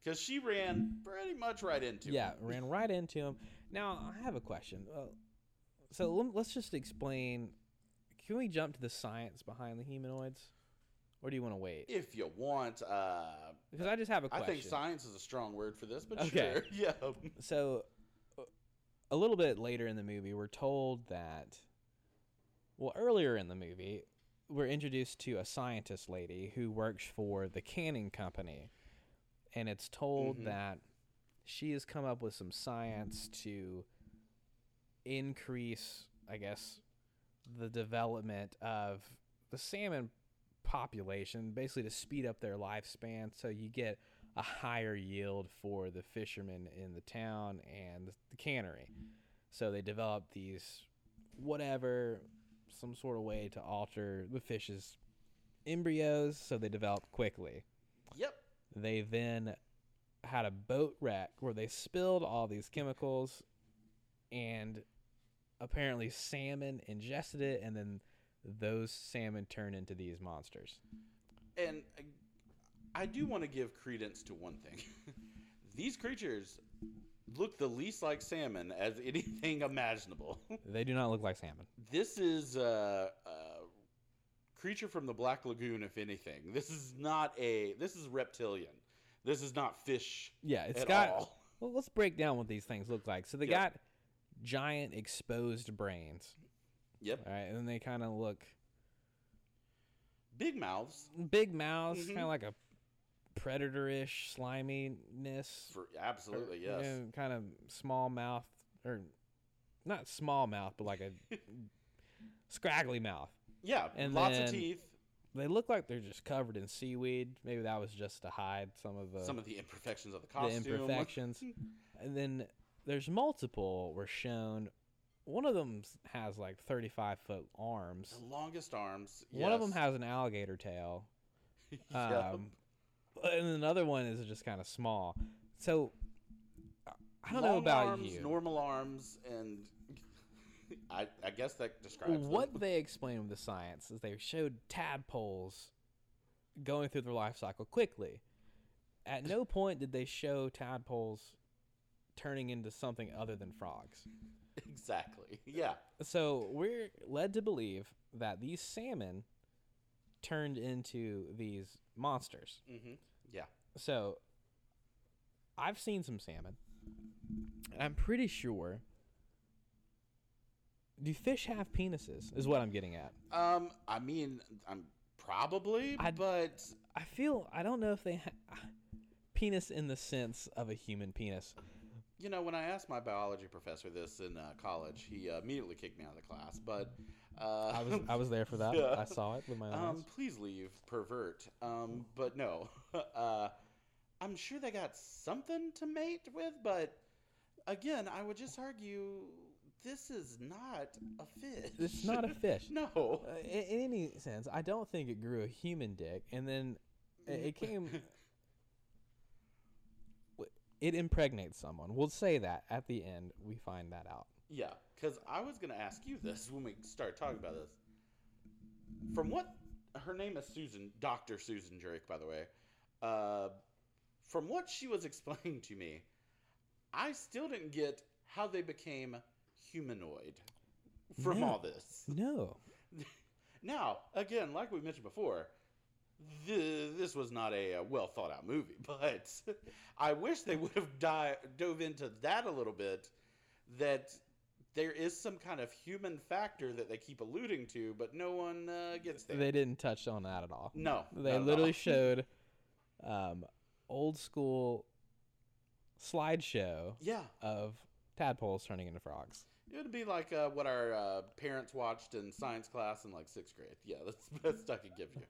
S1: because she ran pretty much right into it.
S2: Yeah, ran right into him. Now I have a question. Uh, so lem- let's just explain. Can we jump to the science behind the humanoids, or do you want to wait?
S1: If you want, uh,
S2: Because I just have a
S1: I
S2: question.
S1: think science is a strong word for this, but
S2: Okay.
S1: sure. (laughs) Yeah.
S2: so uh, a little bit later in the movie we're told that well earlier in the movie we're introduced to a scientist lady who works for the canning company and it's told that she has come up with some science to increase i guess the development of the salmon population, basically to speed up their lifespan so you get a higher yield for the fishermen in the town and the cannery. So they develop these whatever some sort of way to alter the fish's embryos, so they developed quickly.
S1: Yep.
S2: They then had a boat wreck where they spilled all these chemicals and apparently salmon ingested it and then those salmon turn into these monsters.
S1: And I- I do want to give credence to one thing. (laughs) These creatures look the least like salmon as anything (laughs) imaginable.
S2: They do not look like salmon.
S1: this is a, a creature from the Black Lagoon, if anything. This is not a. This is reptilian. This is not fish.
S2: Yeah, it's
S1: at
S2: got
S1: all.
S2: Well, let's break down what these things look like. So they
S1: Yeah.
S2: got giant exposed brains,
S1: Yep.
S2: all right? And then they kind of look
S1: Big mouths
S2: big mouths,
S1: Mhm.
S2: kind of like a predator-ish sliminess.
S1: for absolutely
S2: Uh,
S1: yes.
S2: kind of small mouth or not small mouth, but
S1: (laughs)
S2: like a scraggly mouth.
S1: Yeah,
S2: And
S1: lots of
S2: then-
S1: teeth.
S2: They look like they're just covered in seaweed. Maybe that was just to hide some of the
S1: Some of the imperfections of the
S2: the
S1: costume.
S2: imperfections.
S1: (laughs)
S2: and then there's multiple were shown. One of them has like 35 foot arms.
S1: The longest arms.
S2: One of them
S1: yes.
S2: has an alligator tail.
S1: (laughs) Yep.
S2: Um, and another one is just kind of small. So I- I don't know
S1: Long
S2: about
S1: arms,
S2: you.
S1: Normal arms, and (laughs) I, I guess that describes them.
S2: what they explained with the science is they showed tadpoles going through their life cycle quickly. At no point did they show tadpoles turning into something other than frogs.
S1: (laughs) exactly. (laughs) Yeah,
S2: So we're led to believe that these salmon turned into these monsters.
S1: hmm yeah.
S2: So I've seen some salmon. I'm pretty sure. Do fish have penises? Is what I'm getting at.
S1: Um, I mean, I'm probably,
S2: I-
S1: but
S2: I feel I don't know if they ha- (sighs) penis in the sense of a human penis.
S1: you know, when I asked my biology professor this in uh, college, he uh, immediately kicked me out of the class. But uh,
S2: I was I was there for that.
S1: Yeah.
S2: I saw it with my
S1: (laughs)
S2: own
S1: Um,
S2: eyes.
S1: please leave, pervert. Um, but no, (laughs) uh, I'm sure they got something to mate with, but again, I would just argue this is not a fish.
S2: It's not a fish.
S1: (laughs) no.
S2: Uh, in, in any sense, I don't think it grew a human dick, and then it, it came. w- It impregnates someone. We'll say that at the end. We find that out.
S1: Yeah, because I was going to ask you this when we started talking about this. From what her name is Susan, Dr. Susan Drake, by the way. Uh, from what she was (laughs) explaining to me, I still didn't get how they became humanoid from
S2: No.
S1: all this.
S2: No,
S1: Now, again, like we mentioned before, th- this was not a, uh well thought out movie, (laughs) but I wish they would have di- dove into that a little bit. That there is some kind of human factor that they keep alluding to, but no one uh, gets there.
S2: they didn't touch on that at all.
S1: no,
S2: They
S1: not at
S2: literally
S1: all. (laughs)
S2: showed um, old school slideshow
S1: Yeah,
S2: of tadpoles turning into frogs.
S1: it would be like uh, what our uh, parents watched in science class in like sixth grade. Yeah, that's the best I could give you.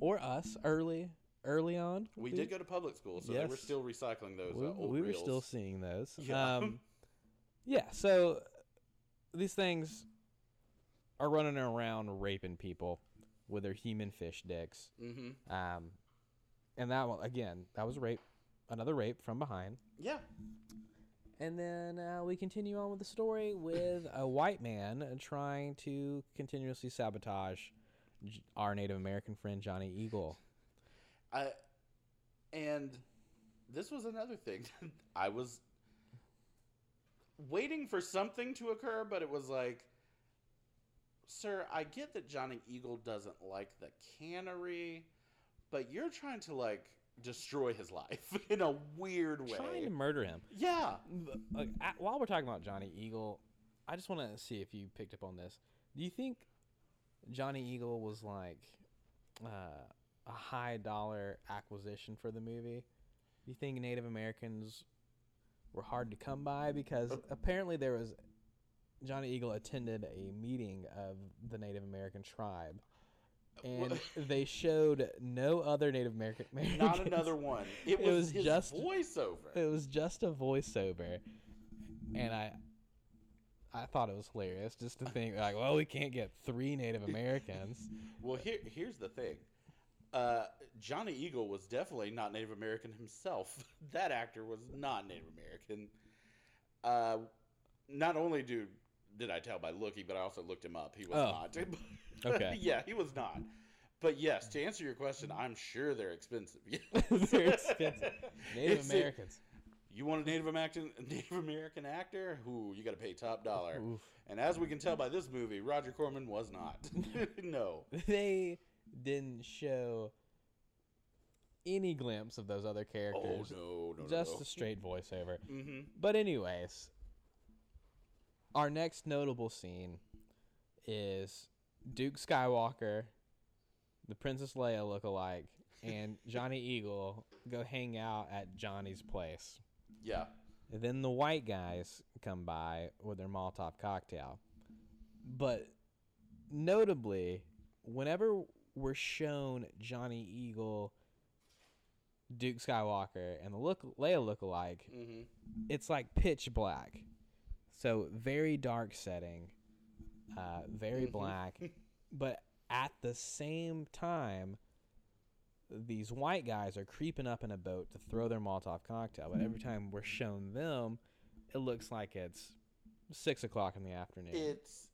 S2: Or us early early on.
S1: We did go to public school, so they were
S2: Yes.
S1: still recycling those
S2: we,
S1: uh, old
S2: we were
S1: reels.
S2: still seeing those.
S1: (laughs) Yeah.
S2: Um Yeah, so these things are running around raping people with their human fish dicks.
S1: hmm
S2: Um and that one again, that was rape. Another rape from behind.
S1: Yeah,
S2: And then uh, we continue on with the story with a white man trying to continuously sabotage J- our Native American friend Johnny Eagle.
S1: I and this was another thing. (laughs) I was waiting for something to occur, but it was like, sir, I get that Johnny Eagle doesn't like the cannery, but you're trying to like destroy his life (laughs) in a weird way.
S2: Trying to murder him. (laughs)
S1: yeah.
S2: Like, uh, a- while we're talking about Johnny Eagle, I just want to see if you picked up on this. Do you think Johnny Eagle was like uh, a high dollar acquisition for the movie? Do you think Native Americans were hard to come
S1: (laughs)
S2: by because apparently there was Johnny Eagle attended a meeting of the Native American tribe. And they showed no other Native American.
S1: Not another one. It
S2: It
S1: was,
S2: was
S1: his
S2: just-
S1: voiceover.
S2: it was just a voiceover, and I, I thought it was hilarious
S1: (laughs)
S2: just to think like, well, we can't get three Native Americans.
S1: Well, here here's the thing. Uh, Johnny Eagle was definitely not Native American himself. (laughs) that actor was not Native American. Uh, not only do did I tell by looking, but I also looked him up. He was
S2: Oh.
S1: not. (laughs)
S2: Okay.
S1: yeah, he was not. But yes, to answer your question, I'm sure they're expensive. (laughs)
S2: They're expensive. Native
S1: It's-
S2: Americans.
S1: (laughs) You want a Native American (laughs) Native American actor? Who you got to pay top dollar. And as we can tell by this movie, Roger Corman was not. (laughs) no.
S2: They didn't show any glimpse of those other
S1: Oh
S2: characters.
S1: no, no,
S2: Just
S1: no.
S2: a straight voiceover.
S1: Mm-hmm.
S2: But anyways, our next notable scene is Duke Skywalker, the Princess Leia look-alike, and Johnny Eagle go hang out at Johnny's place.
S1: Yeah.
S2: And then the white guys come by with their Molotov cocktail. But notably, whenever we're shown Johnny Eagle, Duke Skywalker, and the look Leia look-alike,
S1: Mm-hmm.
S2: it's like pitch black. So very dark setting, uh, very black. But at the same time, these white guys are creeping up in a boat to throw their Molotov cocktail, but every time we're shown them, it looks like it's six o'clock in the afternoon.
S1: It's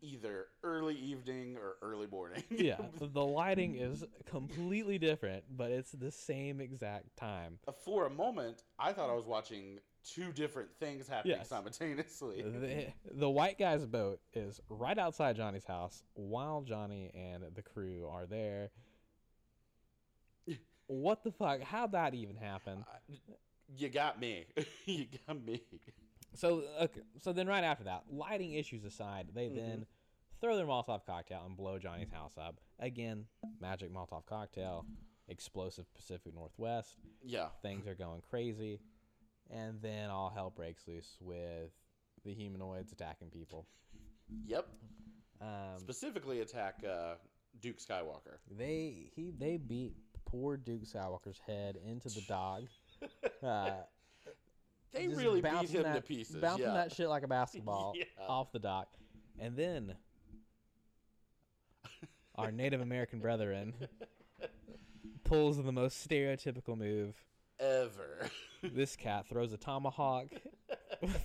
S1: either early evening or early morning. (laughs)
S2: yeah, the lighting is completely different, but it's the same exact time.
S1: For a moment, I thought I was watching two different things happening (laughs)
S2: Yes.
S1: simultaneously.
S2: The, the white guy's boat is right outside Johnny's house while Johnny and the crew are there. What the fuck? How'd that even happen?
S1: You got me. (laughs) you got me.
S2: So okay, so then right after that, lighting issues aside, they then throw their Molotov cocktail and blow Johnny's house up. Again, magic Molotov cocktail, explosive Pacific Northwest.
S1: Yeah.
S2: Things are going crazy, and then all hell breaks loose with the humanoids attacking people.
S1: Yep.
S2: Um,
S1: Specifically attack uh, Duke Skywalker.
S2: they he they beat poor Duke Skywalker's head into the
S1: (laughs)
S2: dog. Uh,
S1: They
S2: just
S1: really beat
S2: bouncing
S1: him
S2: that,
S1: to pieces.
S2: Bouncing
S1: yeah.
S2: that shit
S1: (laughs)
S2: like a basketball
S1: Yeah.
S2: off the dock. And then our Native
S1: (laughs)
S2: American brethren pulls the most stereotypical move.
S1: Ever.
S2: This cat throws a
S1: (laughs)
S2: tomahawk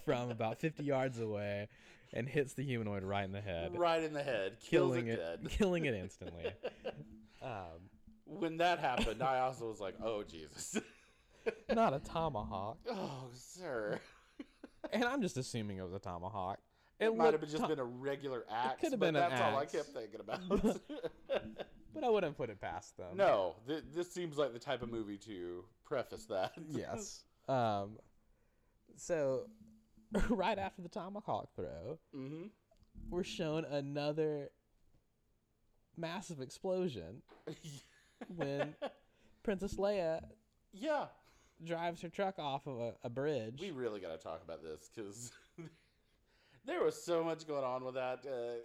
S2: from about 50 yards away and hits the humanoid right in the
S1: (laughs)
S2: head,
S1: right in the head. Kills
S2: killing
S1: it,
S2: it,
S1: dead.
S2: killing
S1: (laughs)
S2: it instantly. Um,
S1: When that happened, I also was like, oh,
S2: (laughs)
S1: Jesus. (laughs)
S2: Not a tomahawk.
S1: oh, sir.
S2: And I'm just assuming it was a tomahawk.
S1: It might have
S2: looked
S1: just been a regular axe.
S2: could've
S1: but
S2: been an
S1: That's all I
S2: axe.
S1: kept thinking
S2: (laughs)
S1: about.
S2: But I wouldn't put it past them.
S1: no, th- this seems like the type of movie to preface that.
S2: (laughs)
S1: (laughs)
S2: Yes. Um, so, (laughs) right after the tomahawk throw,
S1: Mm-hmm.
S2: we're shown another massive explosion when
S1: (laughs)
S2: Princess Leia
S1: (laughs) yeah.
S2: drives her truck off of a, a bridge.
S1: We really got to talk about this because (laughs) there was so much going on with that. Uh,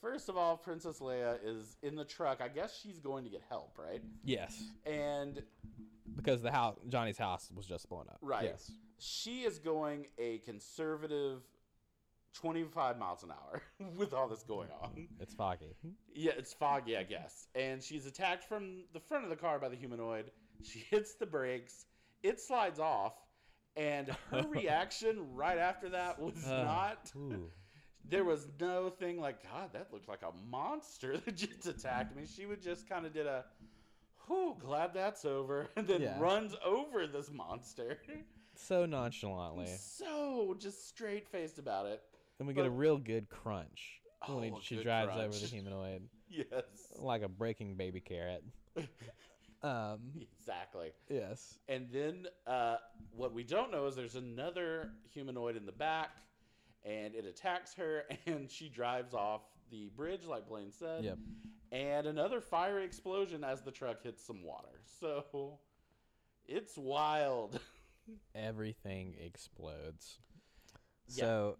S1: first of all, Princess Leia is in the truck. I guess she's going to get help, right?
S2: yes,
S1: And
S2: because the house, Johnny's house, was just blown up.
S1: Right.
S2: Yes.
S1: She is going a conservative 25 miles an hour (laughs) with all this going on.
S2: It's foggy.
S1: Yeah, it's foggy, I guess. And she's attacked from the front of the car by the humanoid. She (laughs) hits the brakes. It slides off. And her reaction right after that was not.
S2: Ooh.
S1: There was no thing like, God, that looked like a monster (laughs) that just attacked me. She would just kind of did a, whew, glad that's over, (laughs) and then
S2: Yeah.
S1: runs over this monster.
S2: So nonchalantly.
S1: so just straight faced about it.
S2: And we get a
S1: But-
S2: real good crunch when
S1: Oh, a
S2: he, she
S1: good
S2: drives
S1: crunch.
S2: over the humanoid
S1: Yes,
S2: like a breaking baby carrot. Um,
S1: exactly.
S2: yes.
S1: And then uh, what we don't know is there's another humanoid in the back, and it attacks her, (laughs) and she drives off the bridge, like Blaine said.
S2: Yep.
S1: And another fiery explosion as the truck hits some water. (laughs) So it's wild. (laughs)
S2: Everything explodes. So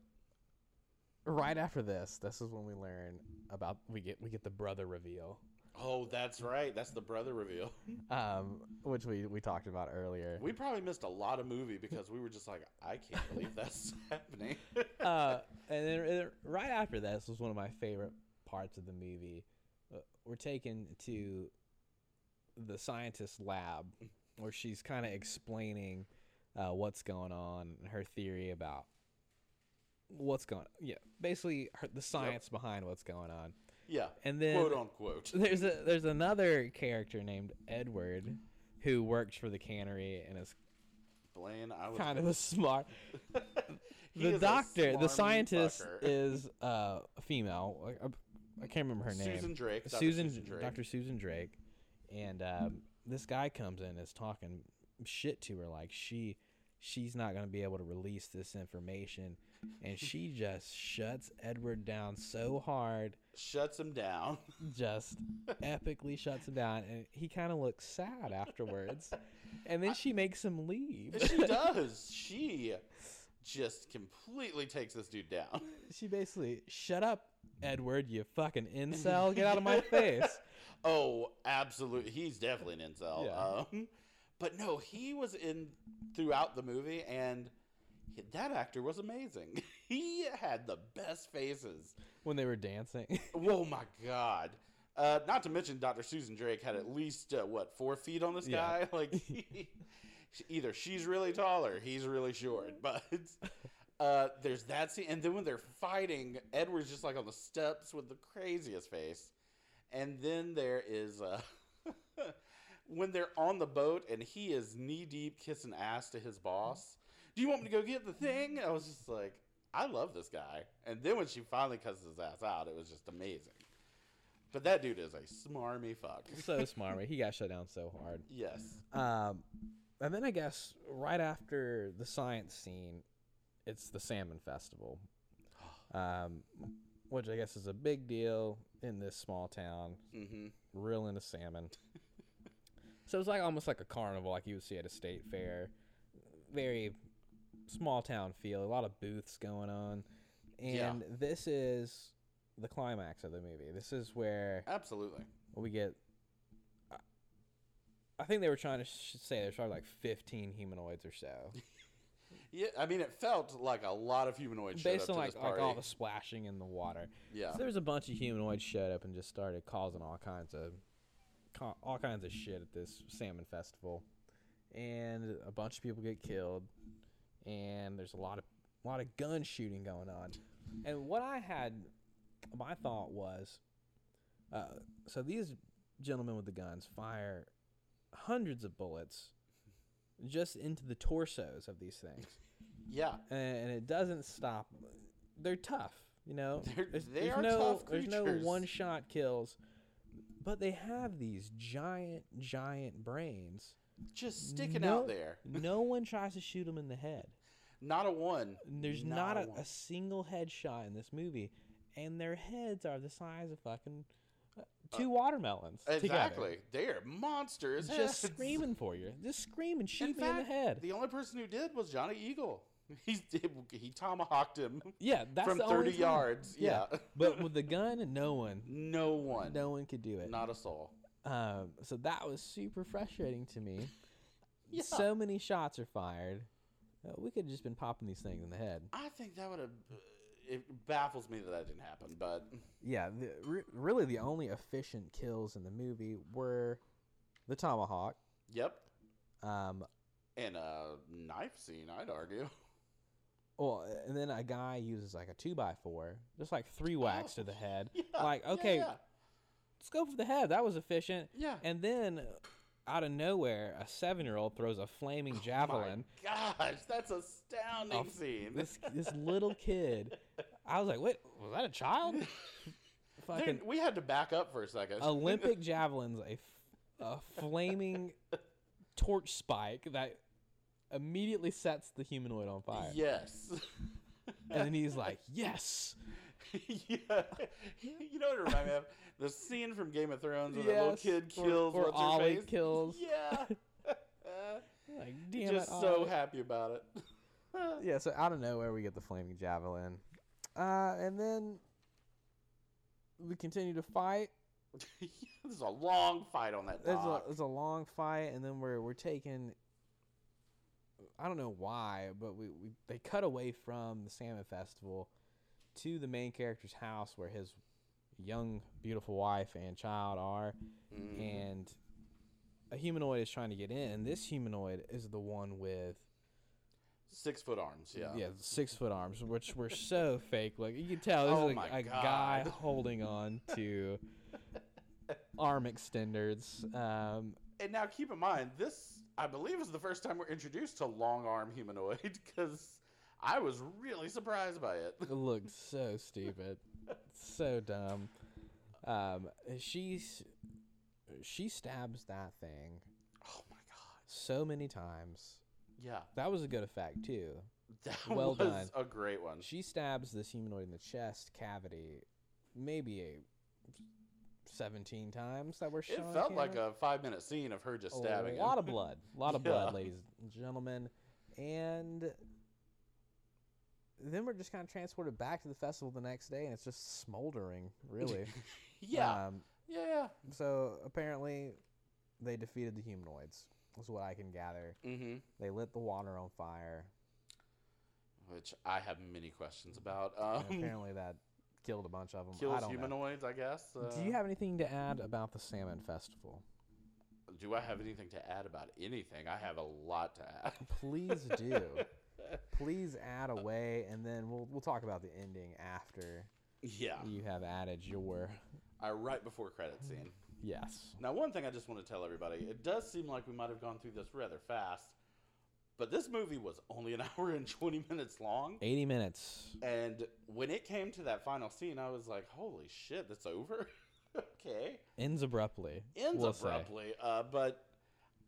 S2: right after this, this is when we learn about we get we get the brother reveal.
S1: Oh, that's right. That's the brother
S2: (laughs)
S1: reveal.
S2: Um, which we we talked about earlier.
S1: We probably missed a lot of movie because we were just like, I can't believe that's (laughs) happening.
S2: uh, and then and then right after this was one of my favorite parts of the movie. Uh, we're taken to the scientist lab where she's kind of explaining uh, what's going on and her theory about what's going Yeah, basically her, the science behind what's going on.
S1: Yeah.
S2: And then-
S1: quote unquote.
S2: There's a there's another character named Edward who works for the cannery and is
S1: Blaine, I was
S2: kind of a smart.
S1: He is
S2: the
S1: a
S2: doctor, the
S1: smarmy
S2: scientist,
S1: fucker. (laughs)
S2: is uh, a female. I- I, I can't remember her name.
S1: Susan Drake, Dr.
S2: Susan,
S1: Susan Drake.
S2: Dr. Susan Drake, and um, this guy comes in and is talking shit to her like she she's not going to be able to release this information
S1: (laughs)
S2: and she just shuts edward down so hard
S1: shuts him down.
S2: just epically shuts him down and he kind of looks sad afterwards and then she makes
S1: (laughs)
S2: him leave
S1: (laughs) she does. She just completely takes this dude down.
S2: she basically shut up edward you fucking incel get out of my (laughs) face
S1: Oh, absolutely. He's definitely an incel.
S2: Yeah.
S1: Um, but no, he was in throughout the movie, and he- that actor was amazing. (laughs) he had the best faces.
S2: when they were dancing
S1: Oh my god! Uh, not to mention, Dr. Susan Drake had at least uh, what four feet on this
S2: Yeah.
S1: guy. Like, he, either she's really tall or he's really short. (laughs) But uh, there's that scene, and then when they're fighting, Edward's just like on the steps with the craziest face. And then there is uh, when they're on the boat, and he is knee deep kissing ass to his boss. Do you want me to go get the thing? I was just like, I love this guy. And then when she finally cuts his ass out, it was just amazing. But that dude is a smarmy fuck.
S2: so smart right? he got shut down so hard
S1: Yes.
S2: Um, and then I guess right after the science scene, it's the salmon (gasps) festival, um, which I guess is a big deal in this small town.
S1: Mm-hmm.
S2: Real into salmon, so it's like almost like a carnival, like you would see at a state fair. Very small town feel. A lot of booths going on, and this is the climax of the movie. This is where
S1: Absolutely.
S2: we get. I- I think they were trying to sh- say there's probably like 15 humanoids or so,
S1: Yeah, I mean, it felt like a lot of humanoids showed
S2: based
S1: up
S2: on
S1: to
S2: like,
S1: this
S2: like
S1: party.
S2: all the splashing in the water.
S1: Yeah.
S2: so there was a bunch of humanoids showed up and just started causing all kinds of, co- all kinds of shit at this salmon festival, and a bunch of people get killed, and there's a lot of a lot of gun shooting going on, and what I had, my thought was, uh, so these gentlemen with the guns fire hundreds of bullets just into the torsos of these things
S1: yeah.
S2: Eh, and, and it doesn't stop. They're tough, you know.
S1: (laughs) They're-
S2: There's-
S1: they
S2: there's
S1: are
S2: no,
S1: tough
S2: There's no
S1: creatures.
S2: one shot kills, but they have these giant, giant brains.
S1: Just sticking
S2: No-
S1: out there. (laughs)
S2: no one tries to shoot them in the head.
S1: Not a one.
S2: And there's not, a,
S1: one.
S2: a, single headshot in this movie, and their heads are the size of fucking uh, two watermelons.
S1: Exactly. They are monsters.
S2: Together.
S1: (laughs)
S2: Just screaming for you. Just screaming, shoot me in the head.
S1: the only person who did was Johnny Eagle. (laughs) He did, he tomahawked him.
S2: yeah, that's
S1: from
S2: the only
S1: 30
S2: time.
S1: yards. Yeah.
S2: but with the gun, no one,
S1: No one.
S2: no one could do it.
S1: Not a soul.
S2: Um, so that was super frustrating to (laughs) me. So many shots are fired. Uh, we could have just been popping these things in the head.
S1: I think that would have. uh, It baffles me that that didn't happen, but
S2: Yeah, the, re- really the only efficient kills in the movie were the tomahawk.
S1: yep.
S2: Um,
S1: And a knife scene, I'd argue. (laughs)
S2: well, and then a guy uses like a two by four, just like three whacks to the head.
S1: Yeah,
S2: like,
S1: yeah,
S2: okay,
S1: yeah.
S2: Oh, let's go for the head. That was efficient.
S1: Yeah.
S2: And then uh, out of nowhere, a seven year old throws a flaming javelin.
S1: My gosh, that's astounding scene.
S2: this this little kid. I was like, "What was that?
S1: (laughs)
S2: A child?"
S1: Dude, (laughs)
S2: Fucking
S1: we had to back up for a second. (laughs)
S2: Olympic javelins, a, f- a flaming torch spike that immediately sets the humanoid on fire,
S1: yes. (laughs)
S2: and then he's like, "Yes,
S1: (laughs) yeah. You know what it reminded me of? The scene from Game of Thrones when the little
S2: Yes.
S1: kid
S2: Or-
S1: kills
S2: or
S1: what's her
S2: Ollie
S1: face?
S2: kills.
S1: (laughs) Yeah.
S2: like (laughs) damn
S1: Just
S2: it,
S1: so (laughs)
S2: Ollie."
S1: happy about it. (laughs)
S2: yeah." So out of nowhere, we get the flaming javelin, uh, and then we continue to fight.
S1: There's a long fight on that
S2: There's a, (laughs)
S1: dock.
S2: there's a long fight, and then we're we're taking. I don't know why, but we, we they cut away from the salmon festival to the main character's house where
S1: Mm-hmm. Mm.
S2: his young beautiful wife and child are, and a humanoid is trying to get in. This humanoid is the one with
S1: Six foot arms. Yeah.
S2: yeah six foot arms, which
S1: (laughs)
S2: were so fake. Like you can tell,
S1: Oh
S2: this
S1: my
S2: is a, a guy
S1: God.
S2: holding on
S1: (laughs)
S2: to arm extenders. Um,
S1: And now keep in mind, this I believe is the first time we're introduced to long arm humanoid (laughs) because I was really surprised by it. (laughs)
S2: it looked so stupid, so dumb. Um, she's she stabs that thing
S1: Oh my god.
S2: so many times.
S1: Yeah.
S2: That was a good effect too.
S1: That
S2: Well
S1: (laughs) was
S2: done.
S1: a great one.
S2: She stabs this humanoid in the chest cavity, maybe a seventeen times that we're
S1: It
S2: showing.
S1: felt like
S2: camera.
S1: a five minute scene of her just stabbing
S2: a lot
S1: him.
S2: of blood, a lot
S1: (laughs)
S2: of
S1: Yeah.
S2: blood, ladies and gentlemen, and then we're just kind of transported back to the festival the next day, and it's just smoldering, really.
S1: (laughs) yeah.
S2: Um,
S1: yeah.
S2: so apparently, they defeated the humanoids. Is what I can gather.
S1: Mm-hmm.
S2: They lit the water on fire.
S1: Which I have many questions about.
S2: and
S1: Um,
S2: Mm-hmm. apparently, that killed a bunch of them.
S1: (laughs)
S2: I
S1: kills
S2: don't know.
S1: humanoids, I guess. Uh,
S2: Do you have anything to add about the salmon festival?
S1: do I have anything to add about anything? I have a lot to
S2: (laughs)
S1: add.
S2: Please do. Please add away, and then we'll we'll talk about the ending after.
S1: (laughs) yeah.
S2: you have added your
S1: I right before credit
S2: Mm-hmm.
S1: scene.
S2: yes.
S1: Now, one thing I just want to tell everybody it does seem like we might have gone through this rather fast, but this movie was only an (laughs) hour and 20 minutes long.
S2: 80 minutes.
S1: And when it came to that final scene, I was like, holy shit, that's over? (laughs) okay.
S2: Ends abruptly.
S1: Ends
S2: we'll say.
S1: abruptly. Uh, but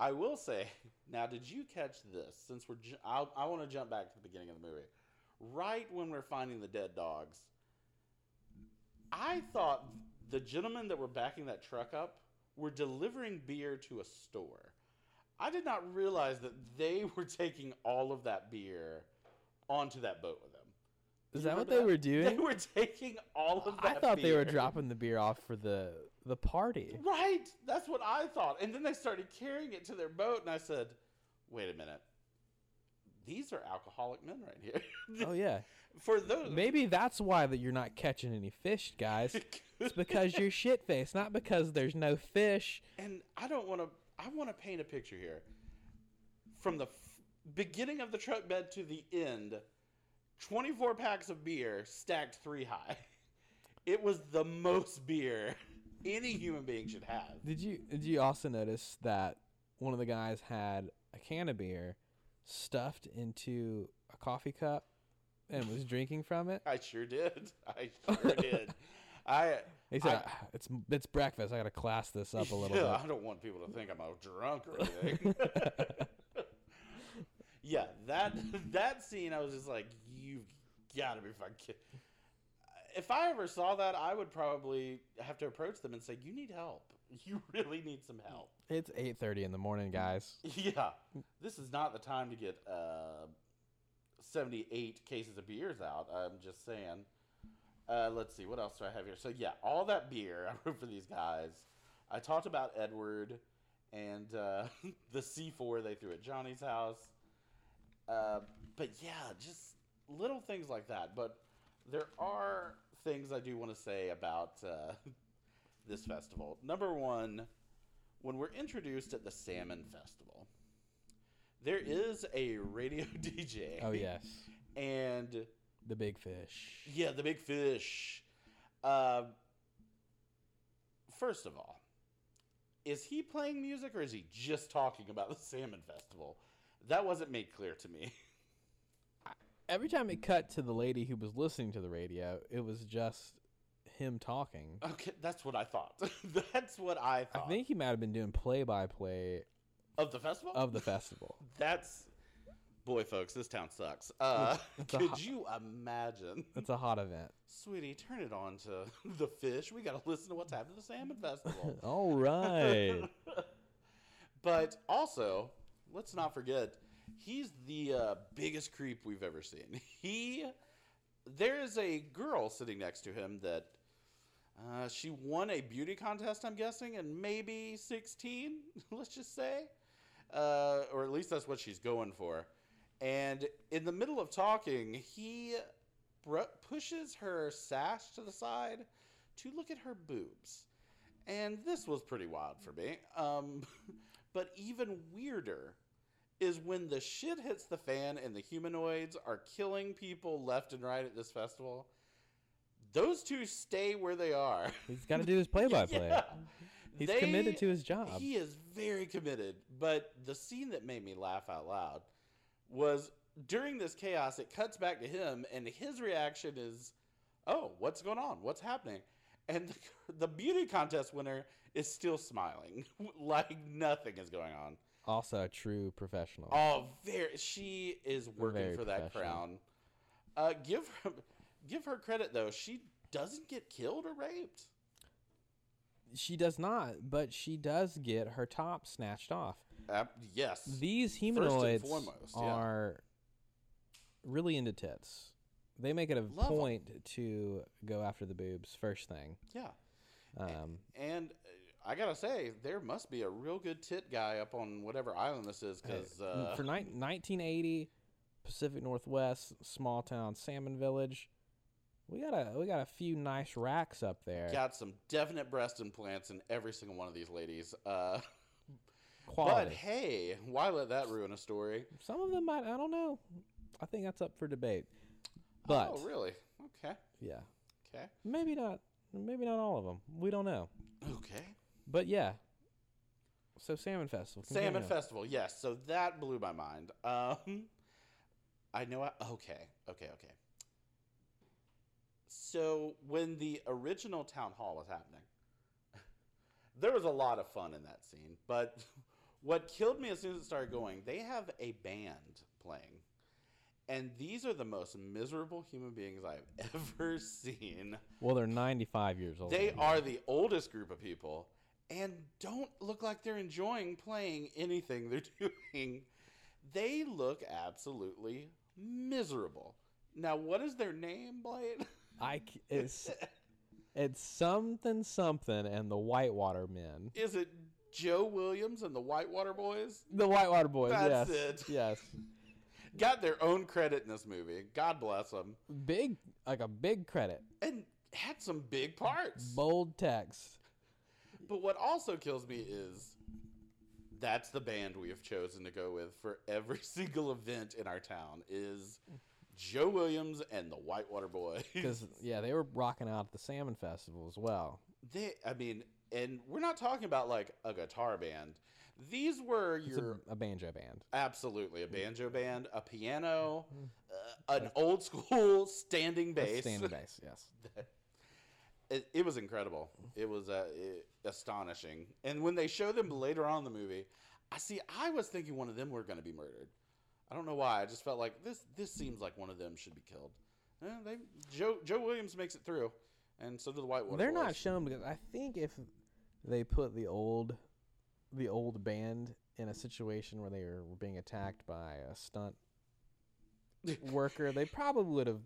S1: I will say, (laughs) now, did you catch this? Since we're, ju- I, I want to jump back to the beginning of the movie. Right when we're finding the dead dogs, I thought the gentlemen that were backing that truck up were delivering beer to a store. I did not realize that they (laughs) were taking all of that beer onto that boat with them.
S2: Is
S1: You
S2: that what
S1: remember
S2: they were
S1: They (laughs)
S2: doing?
S1: were taking all of
S2: I
S1: that.
S2: thought they were
S1: beer.
S2: dropping the beer off for the
S1: (laughs)
S2: the party.
S1: Right. That's what I thought. And then they started carrying it to their boat, and I said, "Wait a minute. These are alcoholic men right here." (laughs)
S2: Oh yeah.
S1: For those, (laughs)
S2: Maybe that's why that you're not catching any fish, guys. It's because you're shit faced, not because there's no fish.
S1: and I don't want to. I want to paint a picture here. From the f- beginning of the truck bed to the end, twenty-four packs of beer stacked three high. (laughs) It was the most beer any human being should have.
S2: Did you did you also notice that one of the guys had a can of beer stuffed into a coffee cup and was drinking from it?
S1: I sure did. I sure did. I.
S2: He said, "Ah, "It's it's breakfast. I gotta class this up a little
S1: yeah,
S2: bit."
S1: I don't want people to think I'm a drunk or anything. (laughs) yeah, that that scene, I was just like, you gotta be fucking kidding. If I ever saw that, I would probably have to approach them and say, "You need help. (laughs) You really need some help."
S2: It's eight thirty in the morning, guys.
S1: Yeah, this is not the time to get uh, seventy-eight cases of beers out. I'm just saying. Uh, let's see, what else do I have here? So yeah, all that beer (laughs) I wrote for these guys. I talked about Edward and uh, (laughs) the C4 they threw at Johnny's house. Uh, but yeah, just little things like that. But there are things I do want to say about uh, (laughs) this festival. Number one when we're introduced at the Salmon Festival, there is a radio (laughs) DJ.
S2: Oh yes,
S1: And
S2: the big fish.
S1: yeah, the big fish. Uh, first of all, is he playing music or is he just talking about the Salmon Festival? That wasn't made clear to me. (laughs)
S2: Every time it cut to the lady who was listening to the radio, it was just him talking.
S1: Okay, that's what I thought. (laughs) that's what I
S2: I
S1: thought.
S2: think he might have been doing play by play
S1: of the festival?
S2: of the festival.
S1: that's. Boy, folks, this town sucks. Uh, (laughs)
S2: It's a
S1: could
S2: hot-
S1: you imagine?
S2: It's a hot event.
S1: Sweetie, turn it on to (laughs) the fish. We got to listen to what's happening to the salmon festival. (laughs)
S2: All right.
S1: but also, let's not forget, he's the uh, biggest creep we've ever seen. (laughs) He, there is a girl sitting next to him that uh, she won a beauty contest, I'm guessing, and maybe 16, (laughs) let's just say. Uh, or at least that's what she's going for. And in the middle of talking, he br- pushes her sash to the side to look at her boobs. And this was pretty wild for me. Um, (laughs) But even weirder is when the shit hits the fan and the humanoids are killing people left and right at this festival. Those two stay where they are.
S2: He's got to do his (laughs) play by
S1: (laughs)
S2: play.
S1: Yeah.
S2: He's
S1: They-
S2: committed to his job.
S1: He is very committed. But the scene that made me laugh out loud was during this chaos, it cuts back to him, and his reaction is, Oh, what's going on? What's happening? And (laughs) the, the beauty contest winner is still smiling (laughs) like nothing is going on.
S2: Also a true professional.
S1: Oh, very. She is working
S2: Very
S1: for that
S2: professional.
S1: crown. Uh, give her, give her credit though. She doesn't get killed or raped.
S2: She does not, but she does get her top snatched off.
S1: Uh, yes.
S2: These humanoids
S1: foremost, yeah.
S2: are really into tits. They make it a
S1: Love 'em.
S2: point to go after the boobs first thing.
S1: yeah. Eh,
S2: Um,
S1: And uh, I gotta say, there must be a real good tit guy up on whatever island this is, because uh,
S2: for ni- 1980 Pacific Northwest small town salmon village. We got a we got a few nice racks up there.
S1: got some definite breast implants in every single one of these ladies. Uh, but
S2: Quality.
S1: hey, why let that ruin a story?
S2: Some of them might I don't know. I think that's up for debate. But
S1: oh, really? Okay,
S2: yeah,
S1: okay,
S2: maybe not. Maybe not all of them. We don't know.
S1: okay.
S2: But yeah. So salmon festival.
S1: Salmon
S2: continue.
S1: Festival, yes. So that blew my mind. Um, I know. I, okay, okay, okay. So when the original town hall was happening, (laughs) there was a lot of fun in that scene. But (laughs) what killed me as soon as it started going, they have a band playing, and these are the most miserable human beings I've (laughs) ever seen.
S2: Well, they're 95 years old.
S1: They are the oldest group of people and don't look like they're enjoying playing anything they're (laughs) doing. They look absolutely miserable. Now, what is their name, Blade?
S2: I c- it's it's something something and the Whitewater men.
S1: (laughs) Is it Joe Williams and the Whitewater Boys?
S2: The Whitewater boys.
S1: That's
S2: yes.
S1: it.
S2: Yes.
S1: Got their own credit in this movie. God bless them.
S2: Big like a big credit.
S1: And had some big parts.
S2: Bold
S1: (laughs)
S2: text.
S1: But what also kills me is that's the band we have chosen to go with for every (laughs) single event in our town is Joe Williams and the Whitewater Boys.
S2: (laughs) Because yeah, they were rocking out at the salmon festival as well.
S1: (laughs) They, I mean, and we're not talking about like a guitar band. These were your
S2: A banjo band.
S1: absolutely a banjo band, a piano, uh, an old school standing bass.
S2: Mm-hmm. Standing bass,
S1: (laughs)
S2: yes.
S1: it, it was incredible. It was uh, it, astonishing. And when they show them later on in the movie, I see. I was thinking one of them were going to be murdered. I don't know why. I just felt like this. This seems like one of them should be killed. Eh, they Joe Joe Williams makes it through, and so do the Whitewater.
S2: They're not
S1: Boys.
S2: shown because I think if they put the old the old band in a situation where they were being attacked by
S1: (laughs)
S2: a stunt worker, they probably would have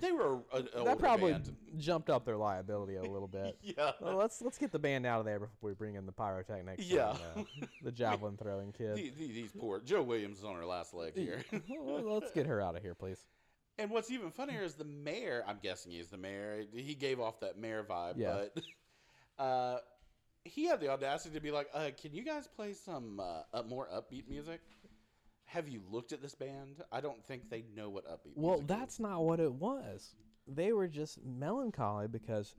S1: They were a, a
S2: (laughs) that probably
S1: band.
S2: jumped up their liability a
S1: (laughs)
S2: little bit.
S1: Yeah.
S2: Well, let's let's get the band out of there before we bring in the pyrotechnics.
S1: Yeah.
S2: and, uh, the javelin
S1: (laughs)
S2: throwing kid.
S1: These, these poor Joe Williams is on her last leg here.
S2: (laughs)
S1: (laughs)
S2: Well, let's get her out of here, please.
S1: And what's even
S2: Hmm.
S1: funnier is the mayor. I'm guessing he's the mayor. He gave off that mayor vibe,
S2: Yeah.
S1: but (laughs) uh, he had the audacity to be like, uh, "Can you guys play some uh, up more upbeat music? Have you looked at this band? I don't think they know what upbeat."
S2: Well,
S1: music
S2: that's not what it was. They were just melancholy because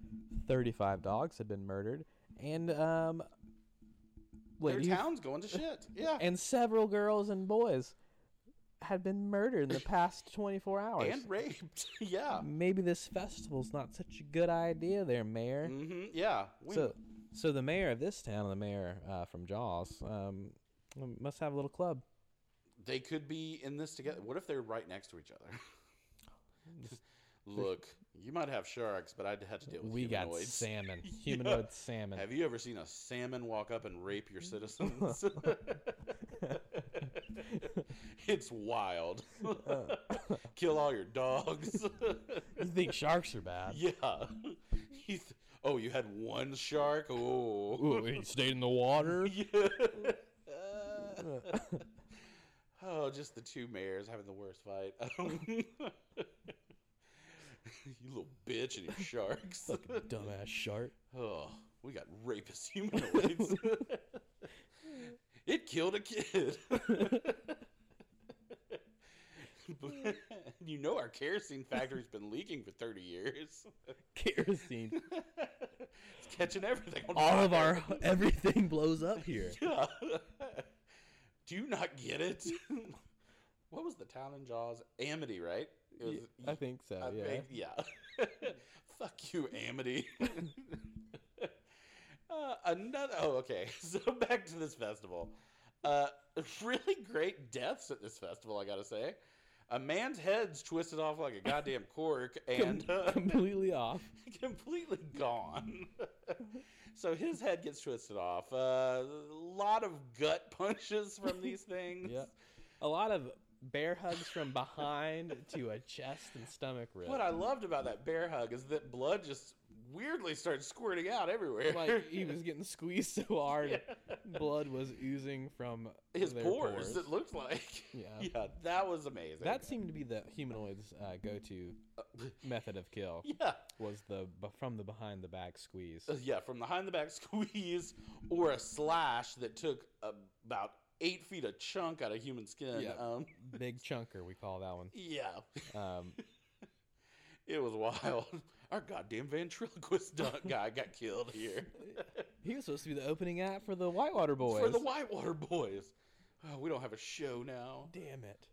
S2: 35 dogs had been murdered and um
S1: is. their
S2: ladies
S1: town's going to
S2: (laughs)
S1: shit. Yeah, and,
S2: and several girls and boys had been murdered
S1: (laughs)
S2: in the past 24 hours.
S1: raped. (laughs) yeah,
S2: Maybe this festival's not such a good idea there, mayor.
S1: hmm yeah. We-
S2: So, so the mayor of this town, the mayor uh, from Jaws, um, must have a little club.
S1: they could be in this together. What if they're right next to each other? (laughs) Look, you might have sharks, but I'd have to deal with
S2: We got
S1: humanoids. (laughs)
S2: salmon, humanoid salmon.
S1: Have you ever seen a salmon walk up and rape your citizens? (laughs) it's wild. (laughs) Kill all your dogs.
S2: You think sharks are bad?
S1: yeah. He's, oh, you had one shark? Oh.
S2: Ooh, he stayed in the water.
S1: (laughs) Oh, just the two mayors having the worst fight. (laughs) you little bitch and your sharks.
S2: Dumbass shark.
S1: Oh, we got rapist humanoids. It killed a kid. you know our kerosene factory's been leaking for 30 years.
S2: (laughs) Kerosene.
S1: It's catching everything. on
S2: All of
S1: fire.
S2: our everything blows up here.
S1: Yeah. Do you not get it? what was the town in Jaws? Amity, right? It was,
S2: I think so.
S1: I
S2: yeah. (laughs)
S1: think- yeah. (laughs) Fuck you, Amity. (laughs) uh, another. Oh, okay. (laughs) So back to this festival. Uh, really great deaths at this festival. I gotta say, a man's head's twisted off like a goddamn cork, and uh,
S2: Completely off.
S1: (laughs) completely gone. (laughs) so his head gets twisted off. Uh, A lot of gut (laughs) punches from these things.
S2: Yeah. A lot of bear hugs from behind to a chest and stomach rip.
S1: What I loved about that bear hug is that blood just weirdly starts squirting out everywhere.
S2: like he
S1: (laughs)
S2: was getting squeezed so hard, blood was oozing from
S1: his
S2: their
S1: pores, it looked like. (laughs)
S2: Yeah.
S1: that was amazing.
S2: That seemed to be the humanoids' uh, go-to method of kill.
S1: yeah.
S2: Was the b- from the behind the
S1: (laughs)
S2: back squeeze?
S1: Yeah, from behind the back (laughs) squeeze or a slash that took about eight feet of chunk out of human skin.
S2: Yeah.
S1: Um,
S2: Big chunker, we call that one.
S1: yeah.
S2: Um,
S1: It was wild. (laughs) Our goddamn ventriloquist duck guy got killed here
S2: he was supposed to be the opening act for the Whitewater (laughs) Boys.
S1: for the Whitewater Boys. Oh, we don't have a show now.
S2: Damn it!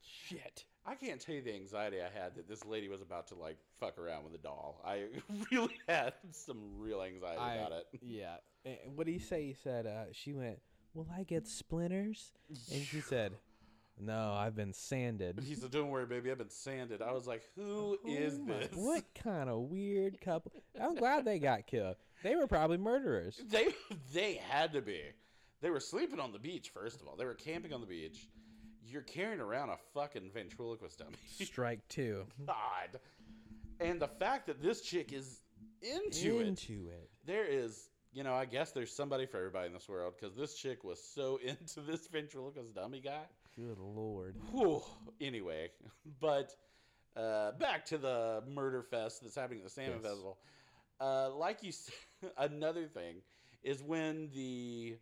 S2: Shit!
S1: I can't tell you the anxiety I had that this lady was about to like fuck around with a doll. I (laughs) really had some real anxiety
S2: I-
S1: about (laughs) it.
S2: Yeah. What did he say? He said uh, she went. Will I get splinters? And she said, "No, I've been sanded."
S1: He said, "Don't worry, baby. I've been sanded." I was like, "Who is
S2: Oh my-
S1: this?"
S2: What kind of weird couple? I'm glad they got killed. They were probably murderers.
S1: (laughs) They they had to be. They were sleeping on the beach. First of all, they were camping on the beach. You're carrying around a fucking ventriloquist dummy. (laughs)
S2: Strike two.
S1: God. And the fact that this chick is into it.
S2: Into it.
S1: There is, you know, I guess there's somebody for everybody in this world because this chick was so (laughs) into this ventriloquist dummy guy.
S2: Good lord.
S1: Whew. Anyway, (laughs) but uh, back to the murder fest that's happening at the Salmon
S2: Yes.
S1: Vessel. Uh, like you said, (laughs) another thing is when the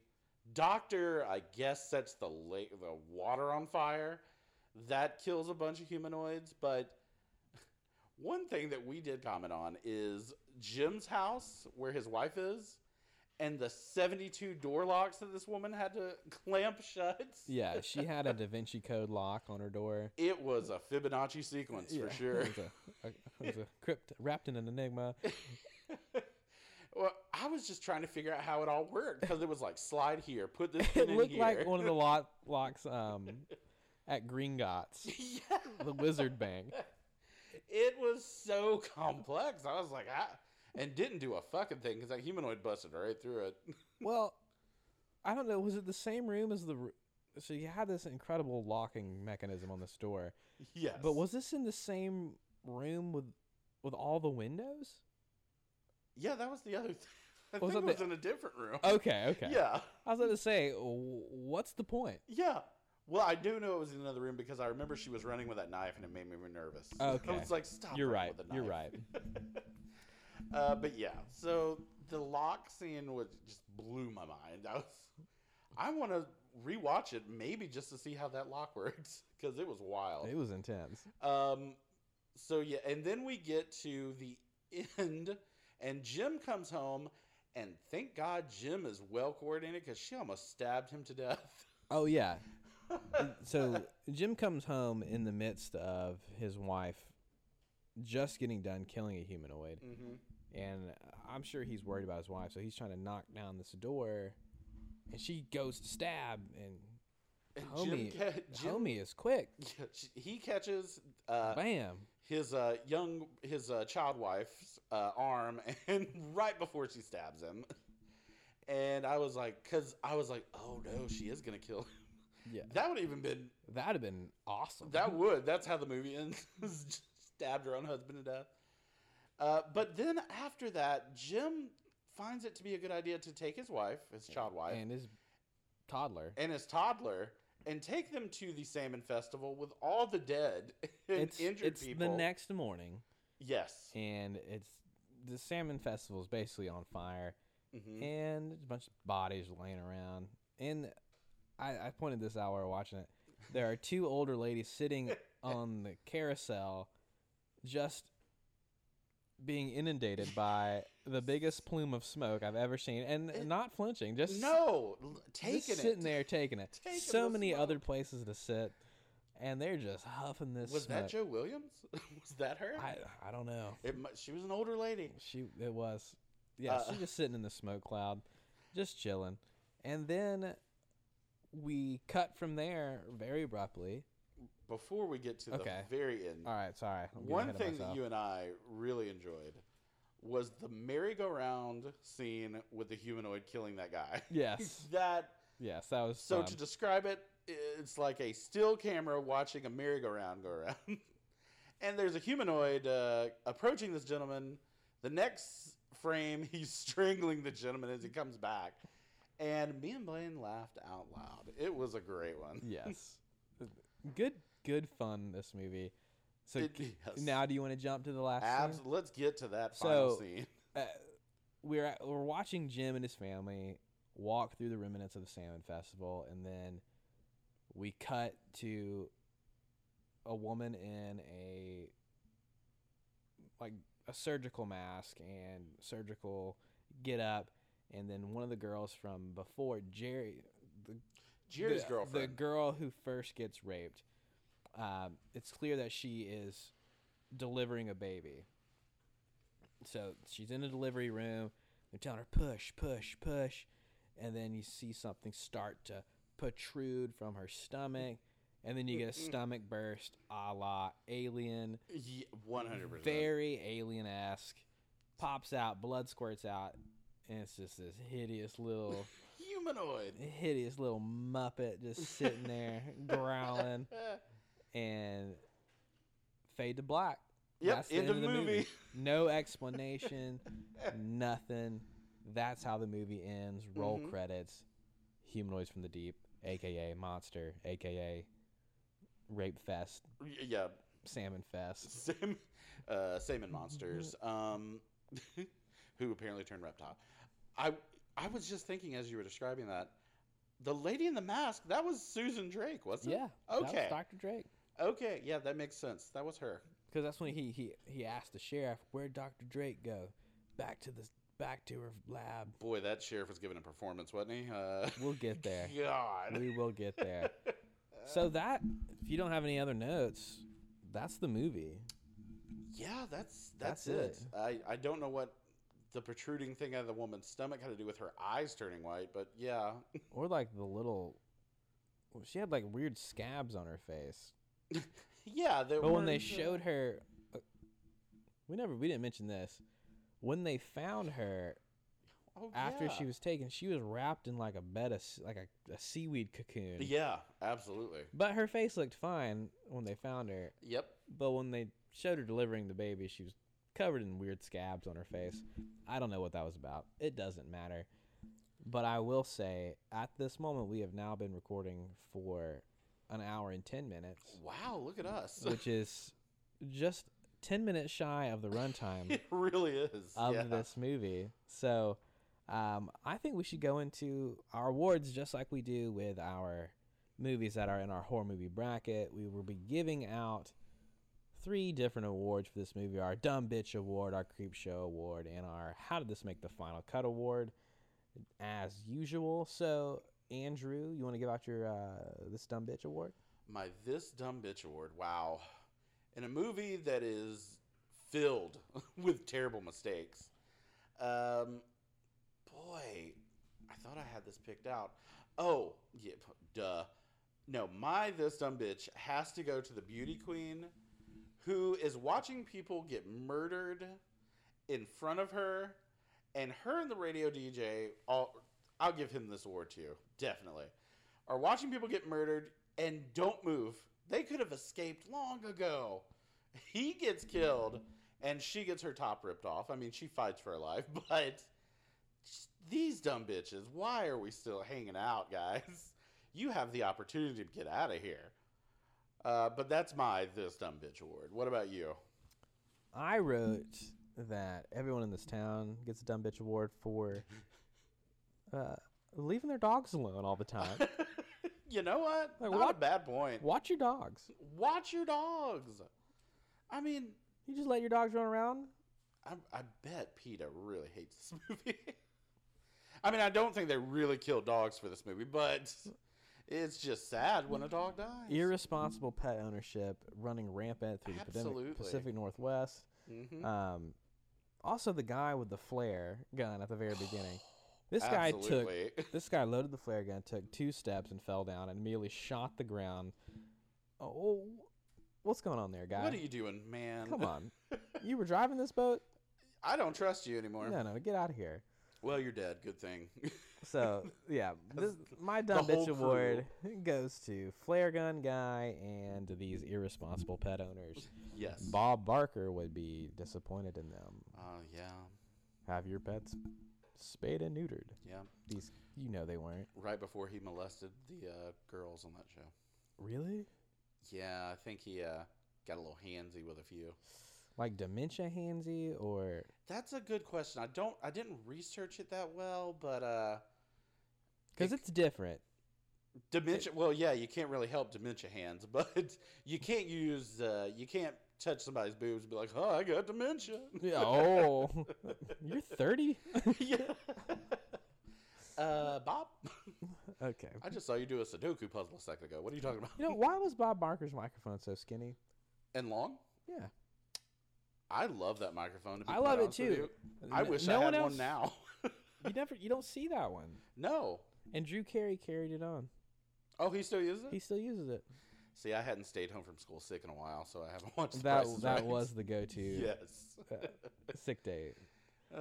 S1: doctor, I guess, sets the lake, the water on fire. That kills a bunch of humanoids. But (laughs) one thing that we did comment on is Jim's house, where his wife is, and the 72 door locks that this woman had to (laughs) clamp shut.
S2: Yeah, she had a Da Vinci Code lock on her door.
S1: It was a Fibonacci sequence for
S2: (laughs)
S1: sure. (laughs)
S2: It was a, a, it was a crypt wrapped in an enigma.
S1: well, I was just trying to figure out how it all worked because it was like slide here, put this pin
S2: (laughs) It
S1: in
S2: looked
S1: here.
S2: like one of the lock, locks um, at
S1: (laughs)
S2: Gringotts,
S1: yeah,
S2: the wizard bank.
S1: it was so complex. I was like, I and didn't do a fucking thing because that humanoid busted right through it. (laughs)
S2: Well, I don't know. Was it the same room as the. r- So you had this incredible locking mechanism on this door.
S1: yes,
S2: But was this in the same room with with all the windows?
S1: yeah, that was the other. thing. (laughs) I
S2: Was
S1: think
S2: that
S1: it was
S2: the-
S1: in a different room.
S2: Okay, okay.
S1: (laughs) yeah,
S2: I was going to say, w- what's the point?
S1: yeah. Well, I do know it was in another room because I remember she was running with that knife and it made me nervous. I
S2: Okay.
S1: was like, stop.
S2: You're
S1: running
S2: right.
S1: with the
S2: You're
S1: knife.
S2: right.
S1: Uh, but yeah, so the lock scene was just blew my mind. I was, I want to rewatch it maybe just to see how that lock (laughs) works because it was
S2: It
S1: wild.
S2: was intense.
S1: Um, so yeah, and then we get to the end, and Jim comes home, and thank God Jim is well coordinated because she almost stabbed him to death.
S2: Oh yeah. so Jim comes home in the midst of his wife just getting done killing a humanoid,
S1: (laughs)
S2: and I'm sure he's worried about his wife, so he's trying to knock down this door, and she goes to stab, and, homie,
S1: ca- Jim-
S2: homie is quick.
S1: (laughs) he catches uh,
S2: Bam.
S1: his uh, young his uh, child wife's uh, arm (laughs) and right before she stabs him and i was like because i was like oh no she is gonna kill him
S2: Yeah.
S1: that would even been
S2: That'd have been awesome.
S1: that would that's how the movie ends (laughs) stabbed her own husband to death uh, but then after that jim finds it to be a good idea to take his wife his child wife
S2: (laughs) and his toddler.
S1: and his toddler and take them to the salmon festival with all the dead (laughs) and
S2: It's
S1: injured
S2: it's
S1: people
S2: the next morning.
S1: yes
S2: and it's the
S1: Mm-hmm.
S2: salmon festival is basically on fire, and there's a bunch of bodies laying around. and I, I pointed this out while we were watching it. There are two older ladies
S1: (laughs)
S2: sitting on the carousel, just being inundated by the biggest plume of smoke I've ever seen, and not flinching. Just
S1: No, l-
S2: just
S1: taking
S2: sitting
S1: it.
S2: there taking it.
S1: Taking
S2: so
S1: the
S2: many
S1: smoke.
S2: other places to sit, and they're just huffing this.
S1: Was that
S2: smoke.
S1: Joe Williams? (laughs) was that her?
S2: I I don't know.
S1: It mu- she was an older lady.
S2: She it was. Yeah,
S1: Uh,
S2: she's just sitting in the smoke cloud, just chilling. And then we cut from there very abruptly.
S1: Before we get to
S2: Okay.
S1: the very end,
S2: All right, sorry. I'm getting
S1: one
S2: ahead of
S1: thing that
S2: myself.
S1: you and I really enjoyed was the merry-go-round scene with the humanoid killing that guy. (laughs)
S2: Yes.
S1: that
S2: Yes, that was
S1: so
S2: fun.
S1: to describe it, it's like a still camera watching a merry-go-round go around. (laughs) and there's a humanoid uh, approaching this gentleman. The next frame, (laughs) he's strangling the gentleman as he comes back. And me and Blaine laughed out loud. It was a great one.
S2: Yes. good good fun this movie. So
S1: It-
S2: c-
S1: yes.
S2: now do you want to jump to the last scene?
S1: Abs- let's get to that final
S2: So-
S1: scene.
S2: uh, we're at, we're watching Jim and his family walk through the remnants of the salmon festival, and then we cut to a woman in a like a surgical mask and surgical get up, and then one of the girls from before Jerry, the
S1: Jerry's
S2: the, The
S1: girlfriend.
S2: girl who first gets raped. Um, it's clear that she is delivering a baby. So she's in a delivery room. They're telling her push, push, push, and then you see something start to protrude from her stomach, and then you get a stomach burst, a la Alien,
S1: Ye- 100%.
S2: very Alien esque. Pops out, blood squirts out, and it's just this hideous little
S1: humanoid.
S2: hideous little muppet just sitting there growling and fade to black.
S1: Yep, end of movie.
S2: No explanation, nothing. That's how the movie ends. Roll credits. Humanoids from the deep, aka monster, aka rape fest,
S1: Y- Yeah,
S2: salmon fest.
S1: same, uh, same in monsters.
S2: Mm-hmm.
S1: Um, (laughs) who apparently turned reptile. I I was just thinking as you were describing that, the lady in the mask that was Susan Drake, wasn't
S2: Yeah.
S1: it?
S2: That was
S1: Okay.
S2: Dr. Drake.
S1: Okay. Yeah, that makes sense. That was her.
S2: Because that's when he, he he asked the sheriff, "Where'd Dr. Drake go? Back to the back to her lab.
S1: Boy, that sheriff was giving a performance, wasn't he? Uh, (laughs)
S2: We'll get there."
S1: God.
S2: we will get there. So that, if you don't have any other notes, that's the movie.
S1: Uh, Yeah, that's that's,
S2: That's
S1: it. I I don't know what the protruding thing out of the woman's stomach had to do with her eyes turning white, but yeah. (laughs)
S2: Or like the little, well, she had like weird scabs on her face.
S1: Yeah, there
S2: But when they
S1: weren't-
S2: showed her, uh, we never we didn't mention this. When they found her
S1: Oh,
S2: after she
S1: yeah.
S2: was taken, she was wrapped in like a bed of s- like a, a seaweed cocoon.
S1: Yeah, absolutely.
S2: But her face looked fine when they found her.
S1: Yep.
S2: But when they showed her delivering the baby, she was covered in weird scabs on her face. I don't know what that was about. It doesn't matter. But I will say, at this moment, we have now been recording for an hour and 10 minutes,
S1: Wow, look at us. (laughs)
S2: which is just 10 minutes shy of
S1: (laughs)
S2: the runtime
S1: it really is.
S2: of
S1: yeah.
S2: this movie. So um, I think we should go into our awards just like we do with our movies that are in our horror movie bracket. We will be giving out three different awards for this movie our Dumb Bitch Award, our Creep Show Award, and our How Did This Make the Final Cut Award, as usual. So, Andrew, you want to give out your uh, This Dumb Bitch Award?
S1: My This Dumb Bitch Award. Wow. In a movie that is filled (laughs) with terrible mistakes. Um, boy, I thought I had this picked out. Oh, yeah, p- duh. No, my This Dumb Bitch has to go to the beauty queen who is watching people get murdered in front of her and her and the radio DJ all I'll give him this award too, definitely. Are watching people get murdered and don't move. They could have escaped long ago. He gets killed and she gets her top ripped off. I mean, she fights for her life, (laughs) but these dumb bitches, why are we still hanging out, guys? (laughs) You have the opportunity to get out of here. Uh, but that's my This Dumb Bitch award. What about you?
S2: I wrote
S1: (laughs)
S2: that everyone in this town gets a dumb bitch award for uh, leaving their dogs alone all
S1: (laughs)
S2: the time.
S1: You know what?
S2: Like,
S1: Not
S2: what?
S1: a bad point.
S2: Watch your dogs.
S1: Watch your dogs. I mean,
S2: You just let your dogs run around.
S1: I, I bet PETA really hates this (laughs) movie. I mean, I don't think they really killed dogs for this movie, but it's just sad when a dog dies.
S2: Irresponsible pet ownership running rampant through the
S1: Absolutely.
S2: Pacific, Pacific Northwest.
S1: Mm-hmm.
S2: Um, also, the guy with the flare gun at the very
S1: (gasps)
S2: beginning. This guy
S1: Absolutely.
S2: took. This guy loaded the flare gun, took two steps, and fell down, and immediately shot the ground. Oh, what's going on there, (laughs) guy?
S1: What are you doing, man? (laughs)
S2: Come on, you were driving this boat.
S1: I don't trust you anymore.
S2: No, no, get out of here.
S1: Well, you're dead. Good thing. (laughs)
S2: So yeah, this, my dumb
S1: the whole
S2: bitch award (laughs) goes to flare gun guy and these irresponsible pet owners.
S1: yes.
S2: Bob Barker would be disappointed in them.
S1: Oh, yeah.
S2: Have your pets spayed and neutered.
S1: Yeah.
S2: These, you know, they weren't
S1: Right before he molested the uh, girls on that show.
S2: really
S1: Yeah, I think he uh, got a little handsy with a few.
S2: like dementia handsy or
S1: That's a good question. I don't. I didn't research it that well, but uh,
S2: because it's different.
S1: dementia. Well, yeah, you can't really help dementia hands, (laughs) but you can't use. Uh, you can't touch somebody's boobs and be like, "Oh, I got dementia." (laughs)
S2: Yeah. Oh, you're thirty.
S1: yeah. (laughs) uh, Bob,
S2: okay.
S1: I just saw you do a Sudoku puzzle a second ago. What are you talking about?
S2: You know why was Bob Barker's microphone so skinny?
S1: And long.
S2: Yeah.
S1: I love that microphone. To be
S2: I
S1: quite
S2: love it
S1: honest with
S2: too.
S1: you. I
S2: N-
S1: wish
S2: no
S1: I
S2: one
S1: had
S2: else-
S1: one now. (laughs)
S2: You never. You don't see that one.
S1: no.
S2: And Drew Carey carried it on.
S1: Oh, he still uses it.
S2: He still uses it.
S1: See, I hadn't stayed home from school sick in a while, so I haven't (laughs) watched The
S2: That
S1: Price is
S2: that
S1: Right. (laughs)
S2: was the go-to
S1: Yes.
S2: sick day. Uh,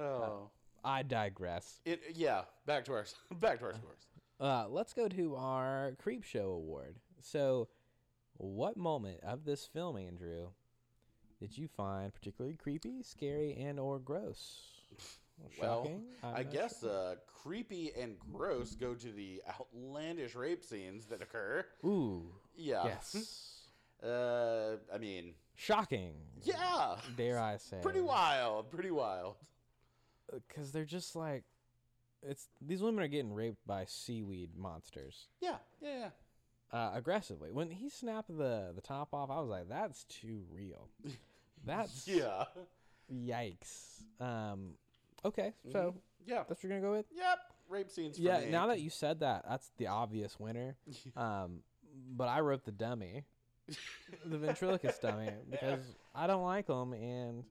S1: (laughs) Oh.
S2: I digress.
S1: It, yeah, back to our (laughs) back to our scores.
S2: Uh, let's go to our creep show award. So, what moment of this film, Andrew, did you find particularly creepy, scary, and or gross?
S1: Well,
S2: Shocking? I'm
S1: I
S2: not
S1: guess uh, creepy and gross go to the outlandish rape scenes that occur.
S2: sure. Ooh.
S1: Yeah.
S2: Yes.
S1: (laughs) Uh, I mean,
S2: Shocking.
S1: yeah,
S2: Dare I say?
S1: (laughs) pretty wild, pretty wild.
S2: Because they're just like, it's these women are getting raped by seaweed monsters.
S1: Yeah, yeah, yeah.
S2: uh, aggressively. When he snapped the the top off, I was like, "That's too
S1: (laughs)
S2: real." That's
S1: Yeah.
S2: yikes. Um, okay, so (laughs)
S1: Yeah.
S2: that's what you're gonna go with.
S1: Yep. Rape scenes Mm-hmm. for
S2: yeah.
S1: me.
S2: Now that you said that, that's the
S1: (laughs)
S2: obvious winner. Um, but I wrote the dummy, the
S1: (laughs)
S2: ventriloquist dummy, because I don't like them, and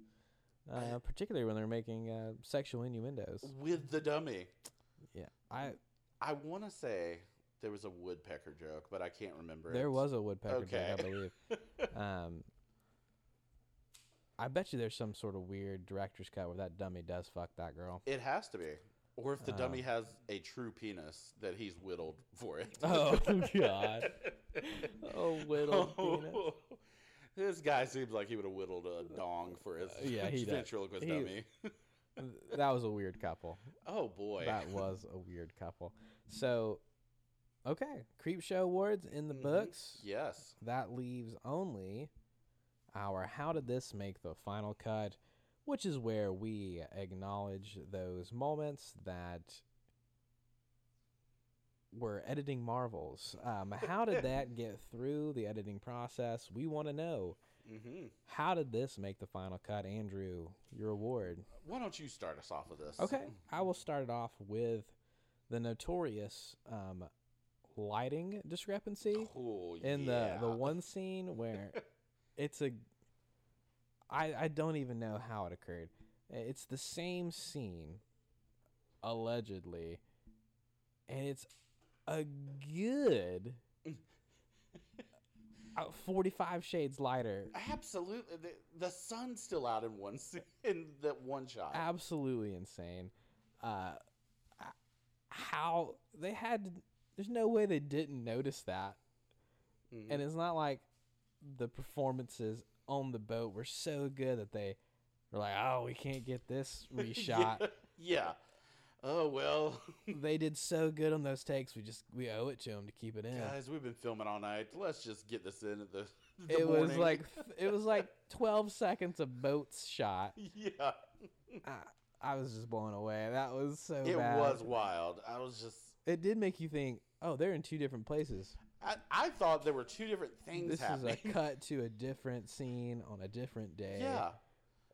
S2: uh, particularly when they're making uh, sexual innuendos.
S1: With the dummy.
S2: Yeah, I
S1: I want to say there was a woodpecker joke, but I can't remember.
S2: There
S1: it.
S2: was a woodpecker
S1: Okay.
S2: joke, I believe.
S1: (laughs)
S2: um, I bet you there's some sort of weird director's cut where that dummy does fuck that girl.
S1: It has to be. Or
S2: Uh.
S1: if the dummy has a true penis that he's whittled for it. (laughs)
S2: Oh god. oh little peanut.
S1: this guy seems like he would have whittled a dong for his
S2: Uh, yeah, he does.
S1: ventriloquist
S2: He-
S1: dummy.
S2: That was a weird couple.
S1: oh boy.
S2: That was a weird couple. So, okay, creep show awards in
S1: Mm-hmm.
S2: the books.
S1: yes.
S2: That leaves only our How Did This Make the Final Cut, which is where we acknowledge those moments that were editing marvels. Um, how did that get through the editing process? We want to know.
S1: Mm-hmm.
S2: How did this make the final cut, Andrew? Your award.
S1: Why don't you start us off with this?
S2: Okay, I will start it off with the notorious um, lighting discrepancy
S1: Cool.
S2: in
S1: yeah.
S2: the the one scene where it's a I I don't even know how it occurred. It's the same scene allegedly and it's a good uh, 45 shades
S1: Uh.
S2: lighter.
S1: Absolutely. The, the sun's still out in one scene, (laughs) in that one shot.
S2: Absolutely insane. Uh h- how they had there's no way they didn't notice that.
S1: Mm-hmm.
S2: and it's not like the performances on the boat were so good that they were like, "Oh, we can't
S1: (laughs)
S2: get this reshot."
S1: yeah. Oh well,
S2: They did so good on those takes. We just we owe it to them to keep it in.
S1: guys, we've been filming all night. Let's just get this in at the. (laughs) the
S2: it was
S1: morning.
S2: like it was like 12 seconds of boats
S1: (laughs)
S2: shot.
S1: (laughs) yeah.
S2: I was just blown away. That was so
S1: It
S2: bad.
S1: was wild. I was just
S2: It did make you think, oh, they're in two different places.
S1: I, I thought there were two different things
S2: This
S1: happening. (laughs)
S2: is a cut to a different scene on a different day.
S1: yeah.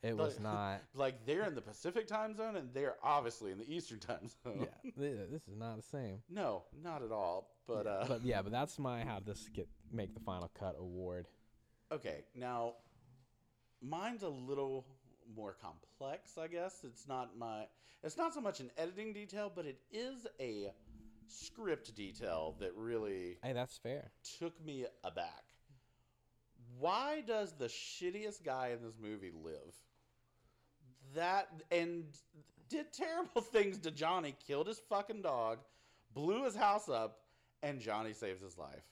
S2: It
S1: (laughs)
S2: was not.
S1: like they're in the Pacific time zone and they're obviously in the Eastern time (laughs) zone.
S2: Yeah. th- This is not the same.
S1: No, not at all. But uh
S2: But (laughs) yeah, but that's my how this get make the final cut award.
S1: okay, now mine's a little more complex, I guess. It's not my it's not so much an editing detail, but it is a script detail that really
S2: Hey, that's fair.
S1: took me aback. Why does the shittiest guy in this movie live? That and did terrible (laughs) things to Johnny, killed his fucking dog, blew his house up, and Johnny saves his life.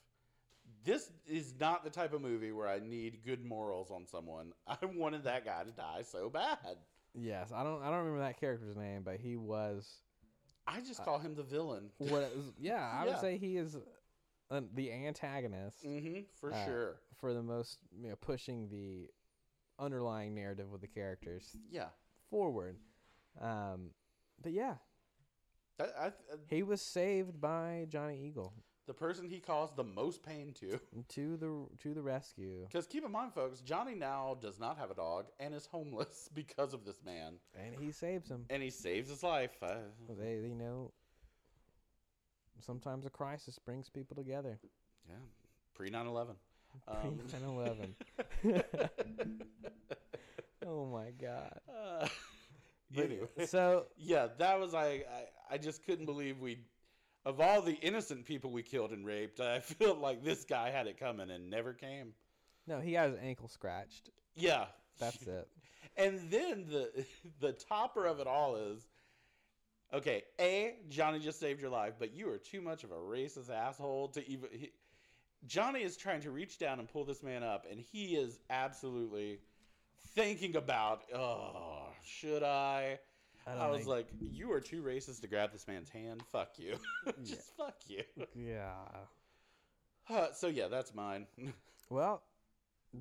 S1: This is not the type of movie where I need good morals on someone. (laughs) I wanted that guy to die so bad.
S2: Yes, I don't I don't remember that character's name, but he was
S1: I just call him the villain.
S2: what it (laughs) was, yeah, Mm. I
S1: Yeah.
S2: would say he is an, the antagonist
S1: hmm for sure.
S2: for the most you know, pushing the underlying narrative with the characters
S1: Yeah.
S2: forward. Um, but yeah,
S1: That, I, th-
S2: he was saved by Johnny Eagle
S1: the person he caused the most pain to.
S2: to the to the rescue,
S1: Because keep in mind, folks, Johnny now does not have a dog and is homeless (laughs) because of this man,
S2: and he saves him.
S1: and he saves his life. Uh,
S2: They they know sometimes a crisis brings people together.
S1: yeah, pre 9 11. Um,
S2: 10 11. (laughs) oh my god.
S1: (laughs) uh,
S2: But-
S1: anyway.
S2: So
S1: Yeah, that was, I, I, I just couldn't believe we, of all the innocent people we killed and raped, I (laughs) feel like this guy had it coming and never came.
S2: no, he got his ankle scratched.
S1: Yeah.
S2: That's it.
S1: And then the (laughs) the topper of it all is okay, A, Johnny just saved your life, but you are too much of a racist asshole to even he, Johnny is trying to reach down and pull this man up and he is absolutely thinking about, oh, should I? I,
S2: don't
S1: was
S2: think-
S1: like, you are too racist to grab this man's hand. Fuck you. (laughs) just fuck you. (laughs)
S2: Yeah.
S1: Uh, so yeah, that's mine. (laughs)
S2: Well,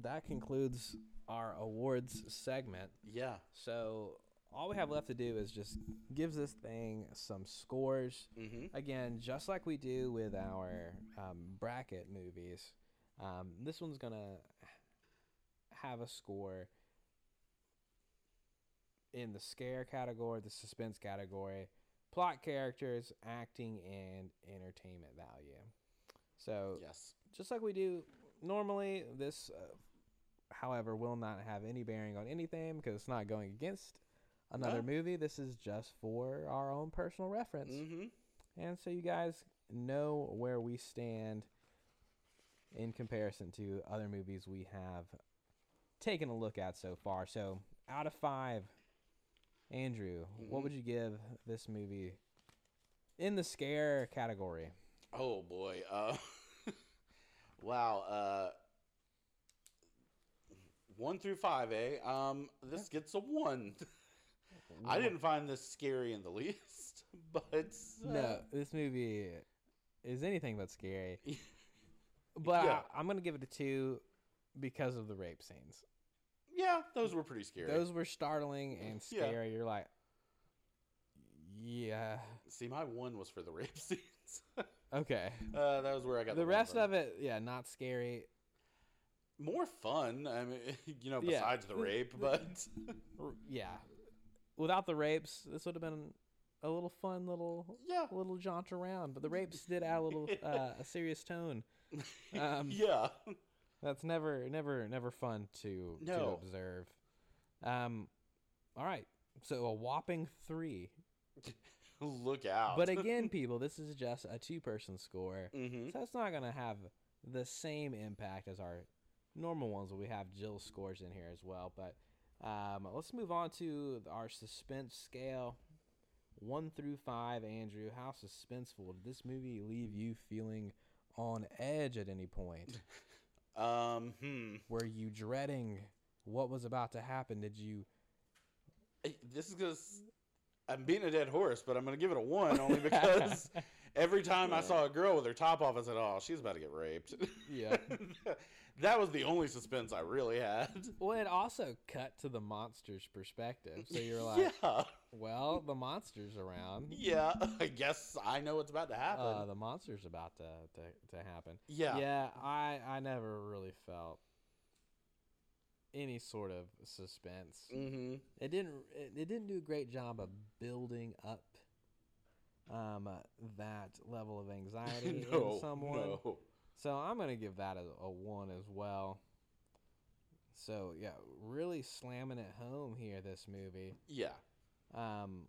S2: that concludes our awards segment.
S1: yeah.
S2: So all we have left to do is just give this thing some scores. Mm-hmm. Again, just like we do with our um, bracket movies, um, this one's gonna have a score in the scare category, the suspense category, plot characters, acting, and entertainment value. So
S1: Yes.
S2: just like we do normally this uh, however will not have any bearing on anything because it's not going against another movie this is just for our own personal reference
S1: Mm-hmm.
S2: and so you guys know where we stand in comparison to other movies we have taken a look at so far so out of five andrew what
S1: Mm-hmm.
S2: would you give this movie in the scare category
S1: Oh boy. Uh, (laughs) wow. Uh, one through five, eh? Um, this gets a one. (laughs) I didn't find this scary in the (laughs) least, but uh,
S2: No, this movie is anything but
S1: (laughs)
S2: scary. but
S1: Yeah.
S2: I, I'm gonna give it a two because of the rape scenes.
S1: yeah, those were pretty scary.
S2: Those were startling and
S1: Yeah.
S2: scary. You're like, yeah,
S1: See, my one was for the rape (laughs) scenes. uh,
S2: okay.
S1: that was where I got
S2: The rest of it, yeah, not scary.
S1: more fun. I mean, (laughs) you know,
S2: Yeah.
S1: besides the
S2: (laughs)
S1: rape, but (laughs)
S2: R- Yeah, without the rapes, this would have been a little fun little
S1: Yeah.
S2: little jaunt around. But the rapes did add
S1: (laughs)
S2: a little uh, a serious tone. Um,
S1: yeah, (laughs)
S2: That's never, never, never fun to, to
S1: No.
S2: observe. Um, all right. So a whopping three.
S1: look out. (laughs)
S2: But again, people, this is just a two person score.
S1: Hmm? Mm-hmm.
S2: So it's not going to have the same impact as our normal ones. We have Jill scores in here as well. But um, let's move on to our suspense scale one through five. Andrew, how suspenseful did this movie leave you feeling on edge at any point?
S1: um, hmm.
S2: Were you dreading what was about to happen? Did you? (laughs)
S1: this is gonna s- I'm beating a dead horse, but I'm gonna give it a one only because Every time I saw a girl with her top off, I said, "Oh, she's about to get raped." (laughs)
S2: Yeah.
S1: that was the only suspense I really had.
S2: (laughs) Well, it also cut to the monster's perspective. So you're like,
S1: (laughs) yeah,
S2: well, the monster's around.
S1: yeah. (laughs) I guess I know what's about to happen.
S2: Uh, the monster's about to, to, to happen.
S1: yeah.
S2: yeah I, I never really felt any sort of suspense.
S1: Mm-hmm.
S2: It didn't it, it didn't do a great job of building up um that level
S1: (laughs)
S2: of anxiety in
S1: no,
S2: someone.
S1: no.
S2: So I'm gonna give that a, a one as well. So yeah, really slamming it home here. This movie.
S1: Yeah.
S2: Um,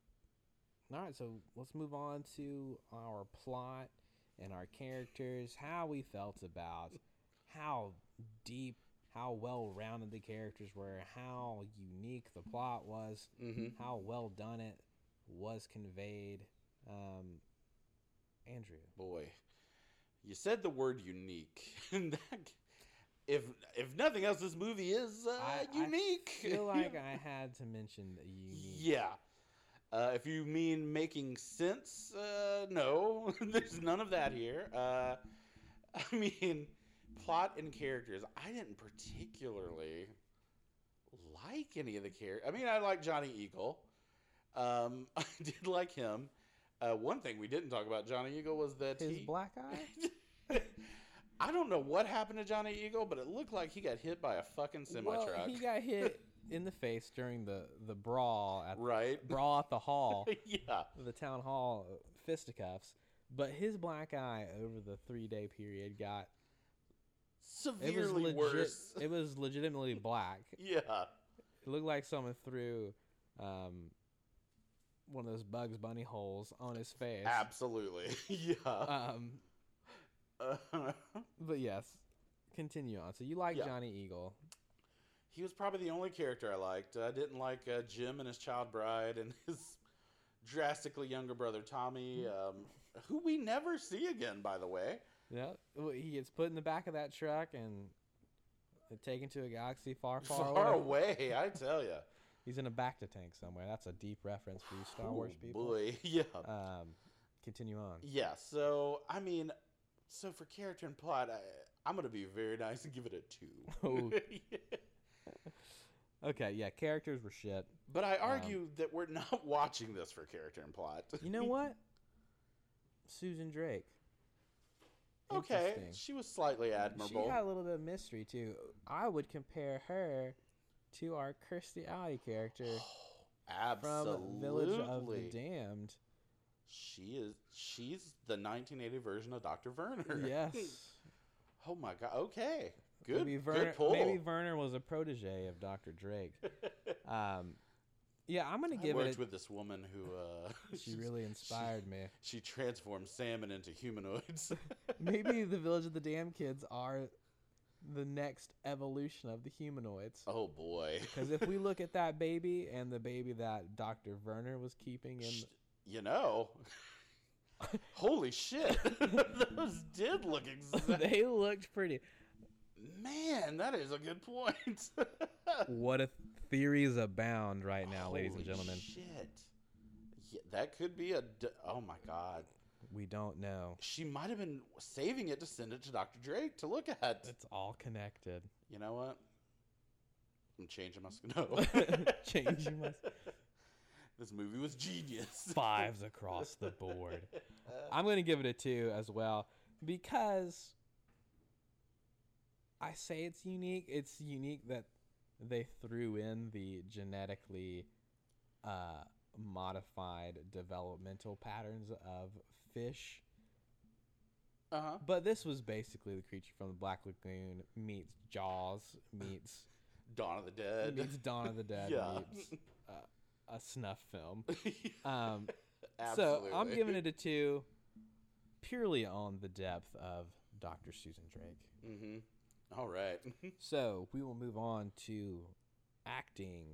S2: all right, so let's move on to our plot and our characters, how we felt about how deep, how well rounded the characters were, how unique the plot was,
S1: Mm-hmm.
S2: how well done it was conveyed. Um, Andrew,
S1: Boy, you said the word unique. (laughs) And that- if if nothing else, this movie is uh,
S2: I-
S1: (laughs)
S2: I
S1: unique.
S2: feel like I had to mention the unique.
S1: yeah. Uh, if you mean making sense, uh, no, (laughs) there's none of that here. Uh, (laughs) I mean, plot and characters. I didn't particularly like any of the characters. I mean, I like Johnny Eagle. Um, (laughs) I did like him. Uh, one thing we didn't talk about Johnny Eagle was that
S2: His
S1: he,
S2: black
S1: (laughs)
S2: eye.
S1: I don't know what happened to Johnny Eagle, but it looked like he got hit by a fucking semi
S2: Well,
S1: truck.
S2: he got hit in the face during the the brawl
S1: (laughs)
S2: at
S1: right?
S2: brawl at
S1: (laughs)
S2: the hall.
S1: yeah.
S2: the town hall uh, fisticuffs, but his black eye over the three day period got it was
S1: Severely
S2: legit,
S1: worse. (laughs)
S2: It was legitimately black.
S1: yeah.
S2: It looked like someone threw um, one of those Bugs Bunny holes on his face.
S1: Absolutely. (laughs) Yeah.
S2: Um,
S1: Uh,
S2: but yes, continue on. So you like
S1: Yeah.
S2: Johnny Eagle?
S1: he was probably the only character I liked. I didn't like uh, Jim and his child bride and (laughs) his drastically younger brother Tommy,
S2: Mm.
S1: um, who we never see again, by the way.
S2: Yeah, well, he gets put in the back of that truck and taken to a galaxy far, far,
S1: (laughs) Far
S2: away.
S1: away, I tell
S2: (laughs)
S1: you.
S2: He's in a back to tank somewhere. That's a deep reference for you Star Wars people.
S1: Boy, (laughs) yeah.
S2: Um, continue on.
S1: Yeah, so I mean, so for character and plot, I, I'm gonna be very nice and give it
S2: (laughs)
S1: a two. (laughs)
S2: Oh. Okay, yeah, characters were shit.
S1: But I
S2: Um,
S1: argue that we're (laughs) not watching this for character and plot.
S2: You know what? Susan Drake.
S1: okay,
S2: Interesting.
S1: she was slightly
S2: She
S1: admirable.
S2: got a little bit of mystery too. I would compare her to our Kirstie Alley character
S1: Absolutely,
S2: from Village of the Damned.
S1: (laughs) she is. She's the 1980 version of Doctor Werner.
S2: (laughs) Yes.
S1: (laughs) Oh my god. Okay. Good.
S2: maybe
S1: good
S2: Werner,
S1: pull.
S2: Maybe Werner was a protege of Dr.
S1: (laughs)
S2: Drake. um, yeah, I'm gonna
S1: I
S2: give
S1: worked
S2: it. A,
S1: with this woman who uh, (laughs)
S2: (laughs) she really inspired me.
S1: She transformed salmon into
S2: (laughs)
S1: humanoids. (laughs)
S2: Maybe the Village of the Damned kids are the next evolution of the humanoids.
S1: oh boy.
S2: Because if we look at that baby and the baby that Dr. Werner was keeping
S1: (laughs)
S2: in,
S1: Sh-
S2: (laughs)
S1: you know, holy
S2: (laughs)
S1: shit, (laughs) those did look exact.
S2: they looked pretty.
S1: Man, that is a good point. (laughs)
S2: What if theories abound right now, ladies and
S1: Holy
S2: gentlemen?
S1: shit, yeah, that could be a. D- oh my god,
S2: We don't know.
S1: she might have been saving it to send it to Dr. Drake to look
S2: (laughs)
S1: at.
S2: It's all connected. (laughs)
S1: You know what? I'm changing my sc- no.
S2: Changing (laughs) my
S1: (laughs) this movie was genius. (laughs)
S2: fives across the board. I'm going to give it a two as well because I say it's unique. It's unique that they threw in the genetically uh, modified developmental patterns of fish.
S1: Uh huh.
S2: But this was basically the creature from the Black Lagoon meets Jaws meets
S1: Dawn of the (laughs) Dead.
S2: meets Dawn of the Dead
S1: Yeah.
S2: meets uh, a snuff film.
S1: (laughs)
S2: Um,
S1: Absolutely.
S2: So I'm giving it a two, purely on the depth of Dr. Susan Drake.
S1: Mm-hmm. All right. (laughs)
S2: So we will move on to acting,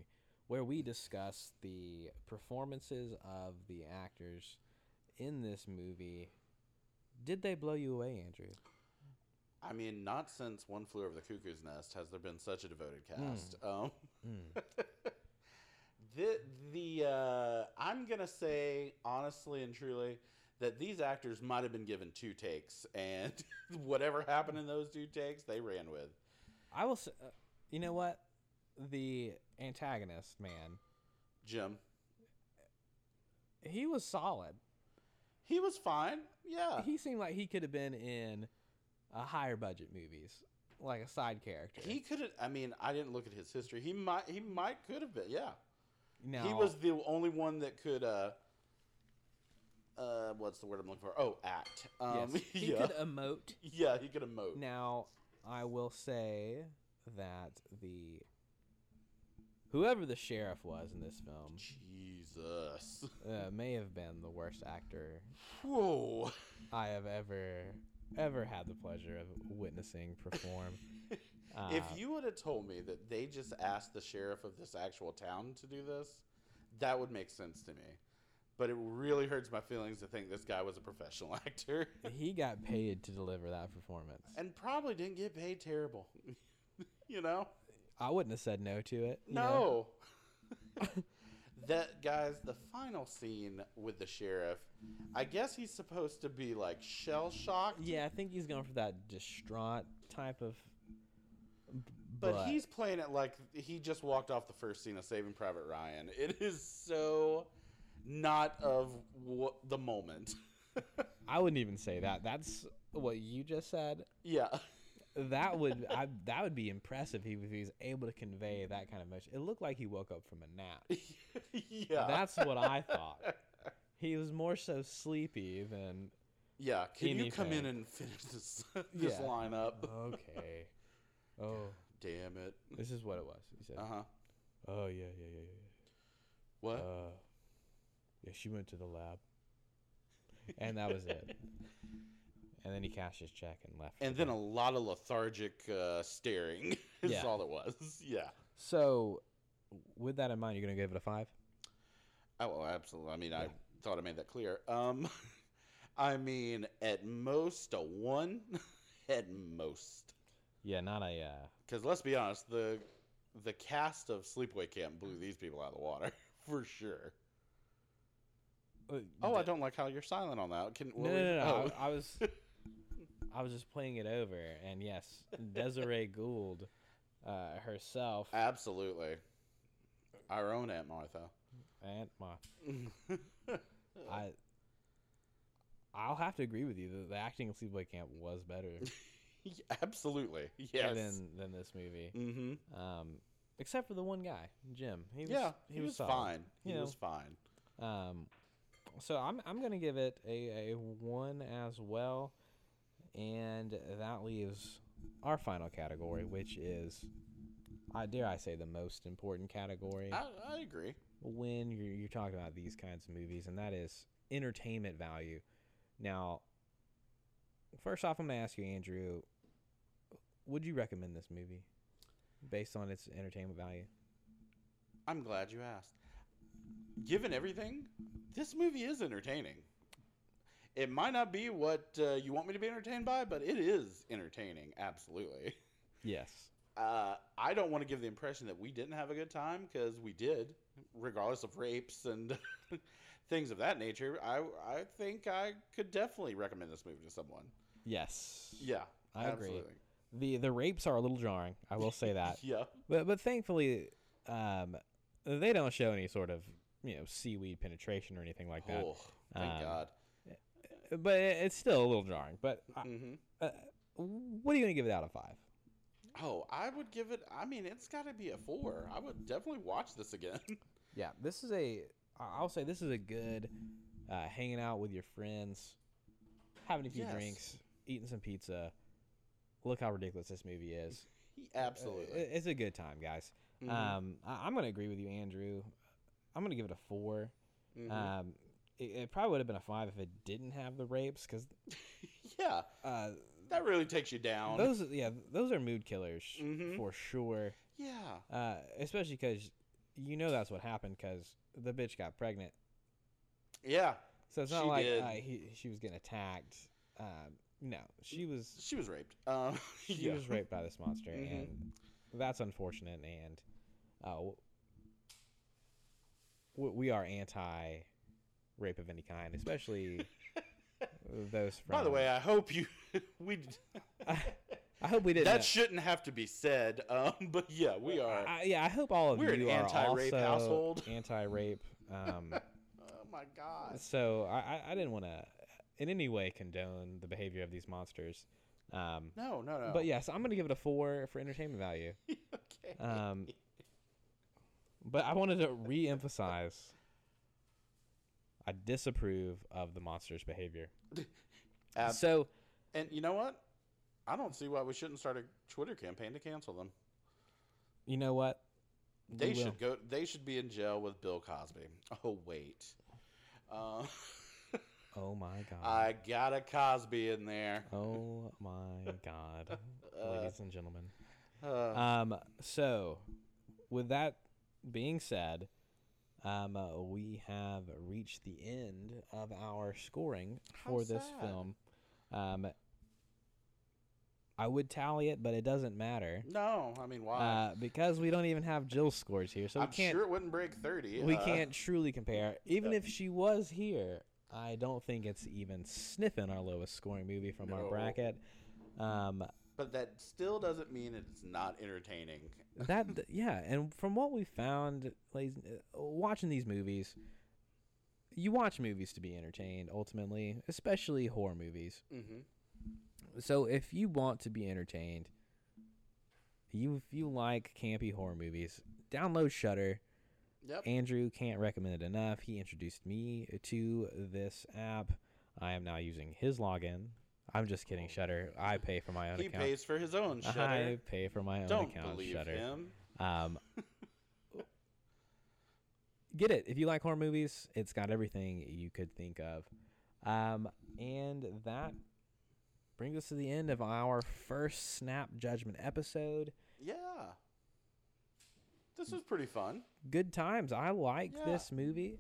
S2: where we discuss the performances of the actors in this movie. Did they blow you away, Andrew?
S1: I mean, not since One Flew Over the Cuckoo's Nest has there been such a devoted
S2: Hmm.
S1: cast. Um, the the uh, I'm gonna say honestly and truly that these actors might have been given two takes, and (laughs) whatever happened in those two takes, they ran with.
S2: I will. s- Uh, you know what? The antagonist man,
S1: Jim,
S2: he was solid.
S1: he was fine. Yeah,
S2: He seemed like he could have been in a higher budget movies, like a side character.
S1: he could have. I mean, I didn't look at his history. He might. He might could have been. Yeah,
S2: now,
S1: he was the only one that could. uh uh, what's the word I'm looking for? Oh, act. Um,
S2: (laughs)
S1: (laughs)
S2: yes, he
S1: yeah,
S2: could emote.
S1: yeah, he could emote.
S2: Now, I will say that the whoever the sheriff was in this film
S1: Jesus.
S2: uh, may have been the worst actor
S1: Whoa.
S2: I have ever ever had the pleasure of witnessing
S1: (laughs)
S2: perform. Uh,
S1: if you would have told me that they just asked the sheriff of this actual town to do this, that would make sense to me. But it really hurts my feelings to think this guy was a professional (laughs) actor
S2: he got paid to deliver that performance.
S1: and probably didn't get paid terrible. (laughs) you know?
S2: I wouldn't have said no to it. you know?
S1: No. (laughs) that guys, the final scene with the sheriff, I guess he's supposed to be like shell shocked.
S2: Yeah, I think he's going for that distraught type of. b-
S1: But,
S2: but-
S1: he's playing it like he just walked off the first scene of Saving Private Ryan. (laughs) It is so not of what the moment. (laughs)
S2: I wouldn't even say that. That's what you just said.
S1: yeah, (laughs)
S2: That would I, that would be impressive if he was able to convey that kind of emotion. It looked like he woke up from a nap.
S1: yeah,
S2: That's what I
S1: (laughs)
S2: thought. He was more so sleepy than
S1: yeah. Can you come in
S2: Anything.
S1: and finish this (laughs) this
S2: Yeah. Uh-huh.
S1: line up?
S2: okay. Oh,
S1: (laughs) Damn it.
S2: this is what it was. He said,
S1: Uh huh.
S2: "Oh yeah, yeah, yeah, yeah,
S1: What?
S2: yeah." Uh, yeah, she went to the lab, and that was it. and then he cashed his check and left.
S1: and
S2: for
S1: then
S2: the-
S1: a lot of lethargic uh, staring (laughs) is
S2: Yeah.
S1: all it was. (laughs) Yeah.
S2: so, with that in mind, you're gonna give it a five.
S1: Oh, well, absolutely. I mean, I
S2: Yeah.
S1: thought I made that clear. Um, (laughs) I mean, at most a one. (laughs) at most.
S2: Yeah, not a. Uh,
S1: Because let's be honest, the the cast of Sleepaway Camp blew these people out of the water (laughs) for sure. Oh, I don't like how you're silent on that. Can
S2: Uh, No,
S1: what
S2: no,
S1: was-
S2: no, no,
S1: oh.
S2: I, I
S1: (laughs)
S2: was, I was just playing it over, and yes,
S1: (laughs)
S2: Desiree Gould, uh, herself,
S1: absolutely. Our own Aunt (laughs) Martha.
S2: and my, I, I'll have to agree with you. The, the acting in Sleepaway Camp was
S1: (laughs)
S2: better
S1: absolutely. Yes.
S2: than than this movie,
S1: mm-hmm.
S2: um, except for the one guy, Jim. He was,
S1: yeah,
S2: he, was, solid.
S1: fine. He
S2: You know.
S1: was fine.
S2: Um, so I'm I'm gonna give it a, a one as well, and that leaves our final category, which is, I dare I say, the most important category
S1: I, I agree.
S2: when you're you're talking about these kinds of movies, and that is entertainment value. Now, first off, I'm gonna ask you, Andrew, would you recommend this movie based on its entertainment value?
S1: I'm glad you asked. Given everything, this movie is entertaining. It might not be what uh, you want me to be entertained by, but it is entertaining. Absolutely.
S2: Yes.
S1: uh, I don't want to give the impression that we didn't have a good time because we did, regardless of rapes and (laughs) things of that nature. I I think I could definitely recommend this movie to someone.
S2: Yes.
S1: Yeah,
S2: I agree. The the rapes are a little jarring. I will say (laughs) that.
S1: (laughs) Yeah,
S2: But but thankfully, um, they don't show any sort of you know seaweed penetration or anything like that.
S1: oh, thank
S2: Um,
S1: God.
S2: But it, it's still a little jarring. But uh,
S1: hmm
S2: uh, what are you gonna give it out of five?
S1: Oh, I would give it. I mean, it's got to be a four. I would definitely watch this again. (laughs)
S2: Yeah, this is a. I- I'll say this is a good uh, hanging out with your friends, having a few
S1: Yes.
S2: drinks, eating some pizza. Look how ridiculous this movie is.
S1: Absolutely.
S2: I- it's a good time, guys.
S1: Mhm.
S2: Um, I, I'm gonna agree with you, Andrew. I'm gonna give it a four.
S1: Mhm.
S2: Um, it, it probably would have been a five if it didn't have the rapes, because
S1: yeah,
S2: uh,
S1: that really takes you down.
S2: those yeah those are mood killers
S1: Mhm.
S2: for sure.
S1: yeah,
S2: Uh, especially because you know that's what happened because the bitch got pregnant,
S1: yeah.
S2: so it's not
S1: She
S2: like
S1: did.
S2: uh, he, she was getting attacked. Um, no,
S1: Mm,
S2: she was
S1: She was raped. Um, (laughs)
S2: she
S1: yeah.
S2: was raped by this
S1: (laughs)
S2: monster,
S1: Mhm.
S2: and that's unfortunate. And uh, w-
S1: (laughs)
S2: we we are anti rape of any kind, especially Those from
S1: By the way, I hope you (laughs) we
S2: I hope we didn't.
S1: that shouldn't have to be said. Um, (laughs) but yeah, we are.
S2: I, yeah, I hope all of
S1: We're an
S2: you are
S1: anti-rape
S2: also
S1: household. (laughs)
S2: anti-rape. Um,
S1: oh my god.
S2: so I, I- I didn't want to in any way condone the behavior of these monsters. Um,
S1: No, no, no.
S2: But yes, I'm gonna give it a four for entertainment value.
S1: (laughs) okay. (laughs)
S2: Um, but I wanted to re-emphasize. I disapprove of the monster's behavior.
S1: Ab-
S2: so
S1: Uh, and you know what? I don't see why we shouldn't start a Twitter campaign to cancel them.
S2: you know what? We
S1: They
S2: will.
S1: should go. They should be in jail with Bill Cosby. (laughs) Oh wait,
S2: (laughs)
S1: uh,
S2: Oh my god.
S1: I got a Cosby in there.
S2: Oh my god,
S1: (laughs) Uh,
S2: ladies and gentlemen.
S1: uh,
S2: Um, so with that being said, um, uh, we have reached the end of our scoring
S1: How
S2: for this
S1: sad.
S2: film. Um, I would tally it, but it doesn't matter
S1: no, I mean why?
S2: uh, because we don't even have Jill's scores here, so we
S1: I'm
S2: can't
S1: sure it wouldn't break thirty.
S2: we
S1: uh,
S2: can't truly compare. Even if she was here, I don't think it's even sniffing our lowest scoring movie from our
S1: No.
S2: bracket. Um,
S1: But that still doesn't mean it's not entertaining.
S2: that th- yeah, and from what we found, ladies, uh, watching these movies, you watch movies to be entertained ultimately, especially horror movies.
S1: hmm
S2: So if you want to be entertained, you if you like campy horror movies, download Shutter.
S1: Yep.
S2: Andrew can't recommend it enough. He introduced me to this app. I am now using his login. I'm just kidding, Shutter. I pay for my own
S1: Oh. he
S2: account.
S1: pays for his own shutter.
S2: I pay for my own
S1: Don't
S2: account,
S1: believe
S2: Shutter.
S1: him.
S2: Um, get it if you like horror movies. It's got everything you could think of. Um, and that brings us to the end of our first Snap Judgment episode.
S1: Yeah. This was pretty fun.
S2: good times. I like
S1: Yeah.
S2: this movie.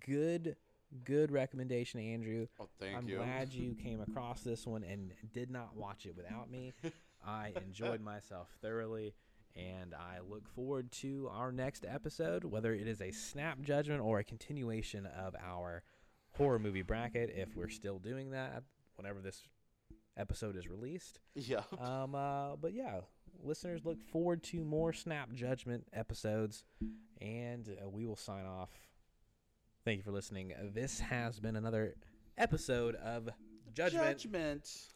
S2: Good, good recommendation, Andrew.
S1: Oh, thank
S2: I'm
S1: you. (laughs)
S2: glad you came across this one and did not watch it without me. I
S1: (laughs)
S2: enjoyed myself thoroughly, and I look forward to our next episode, whether it is a snap judgment or a continuation of our horror movie bracket, if we're still doing that whenever this episode is released.
S1: Yeah. (laughs)
S2: Um, (laughs) uh, but yeah, listeners, look forward to more Snap Judgment episodes, and uh, we will sign off. Thank you for listening. This has been another episode of Judgment.
S1: Judgment.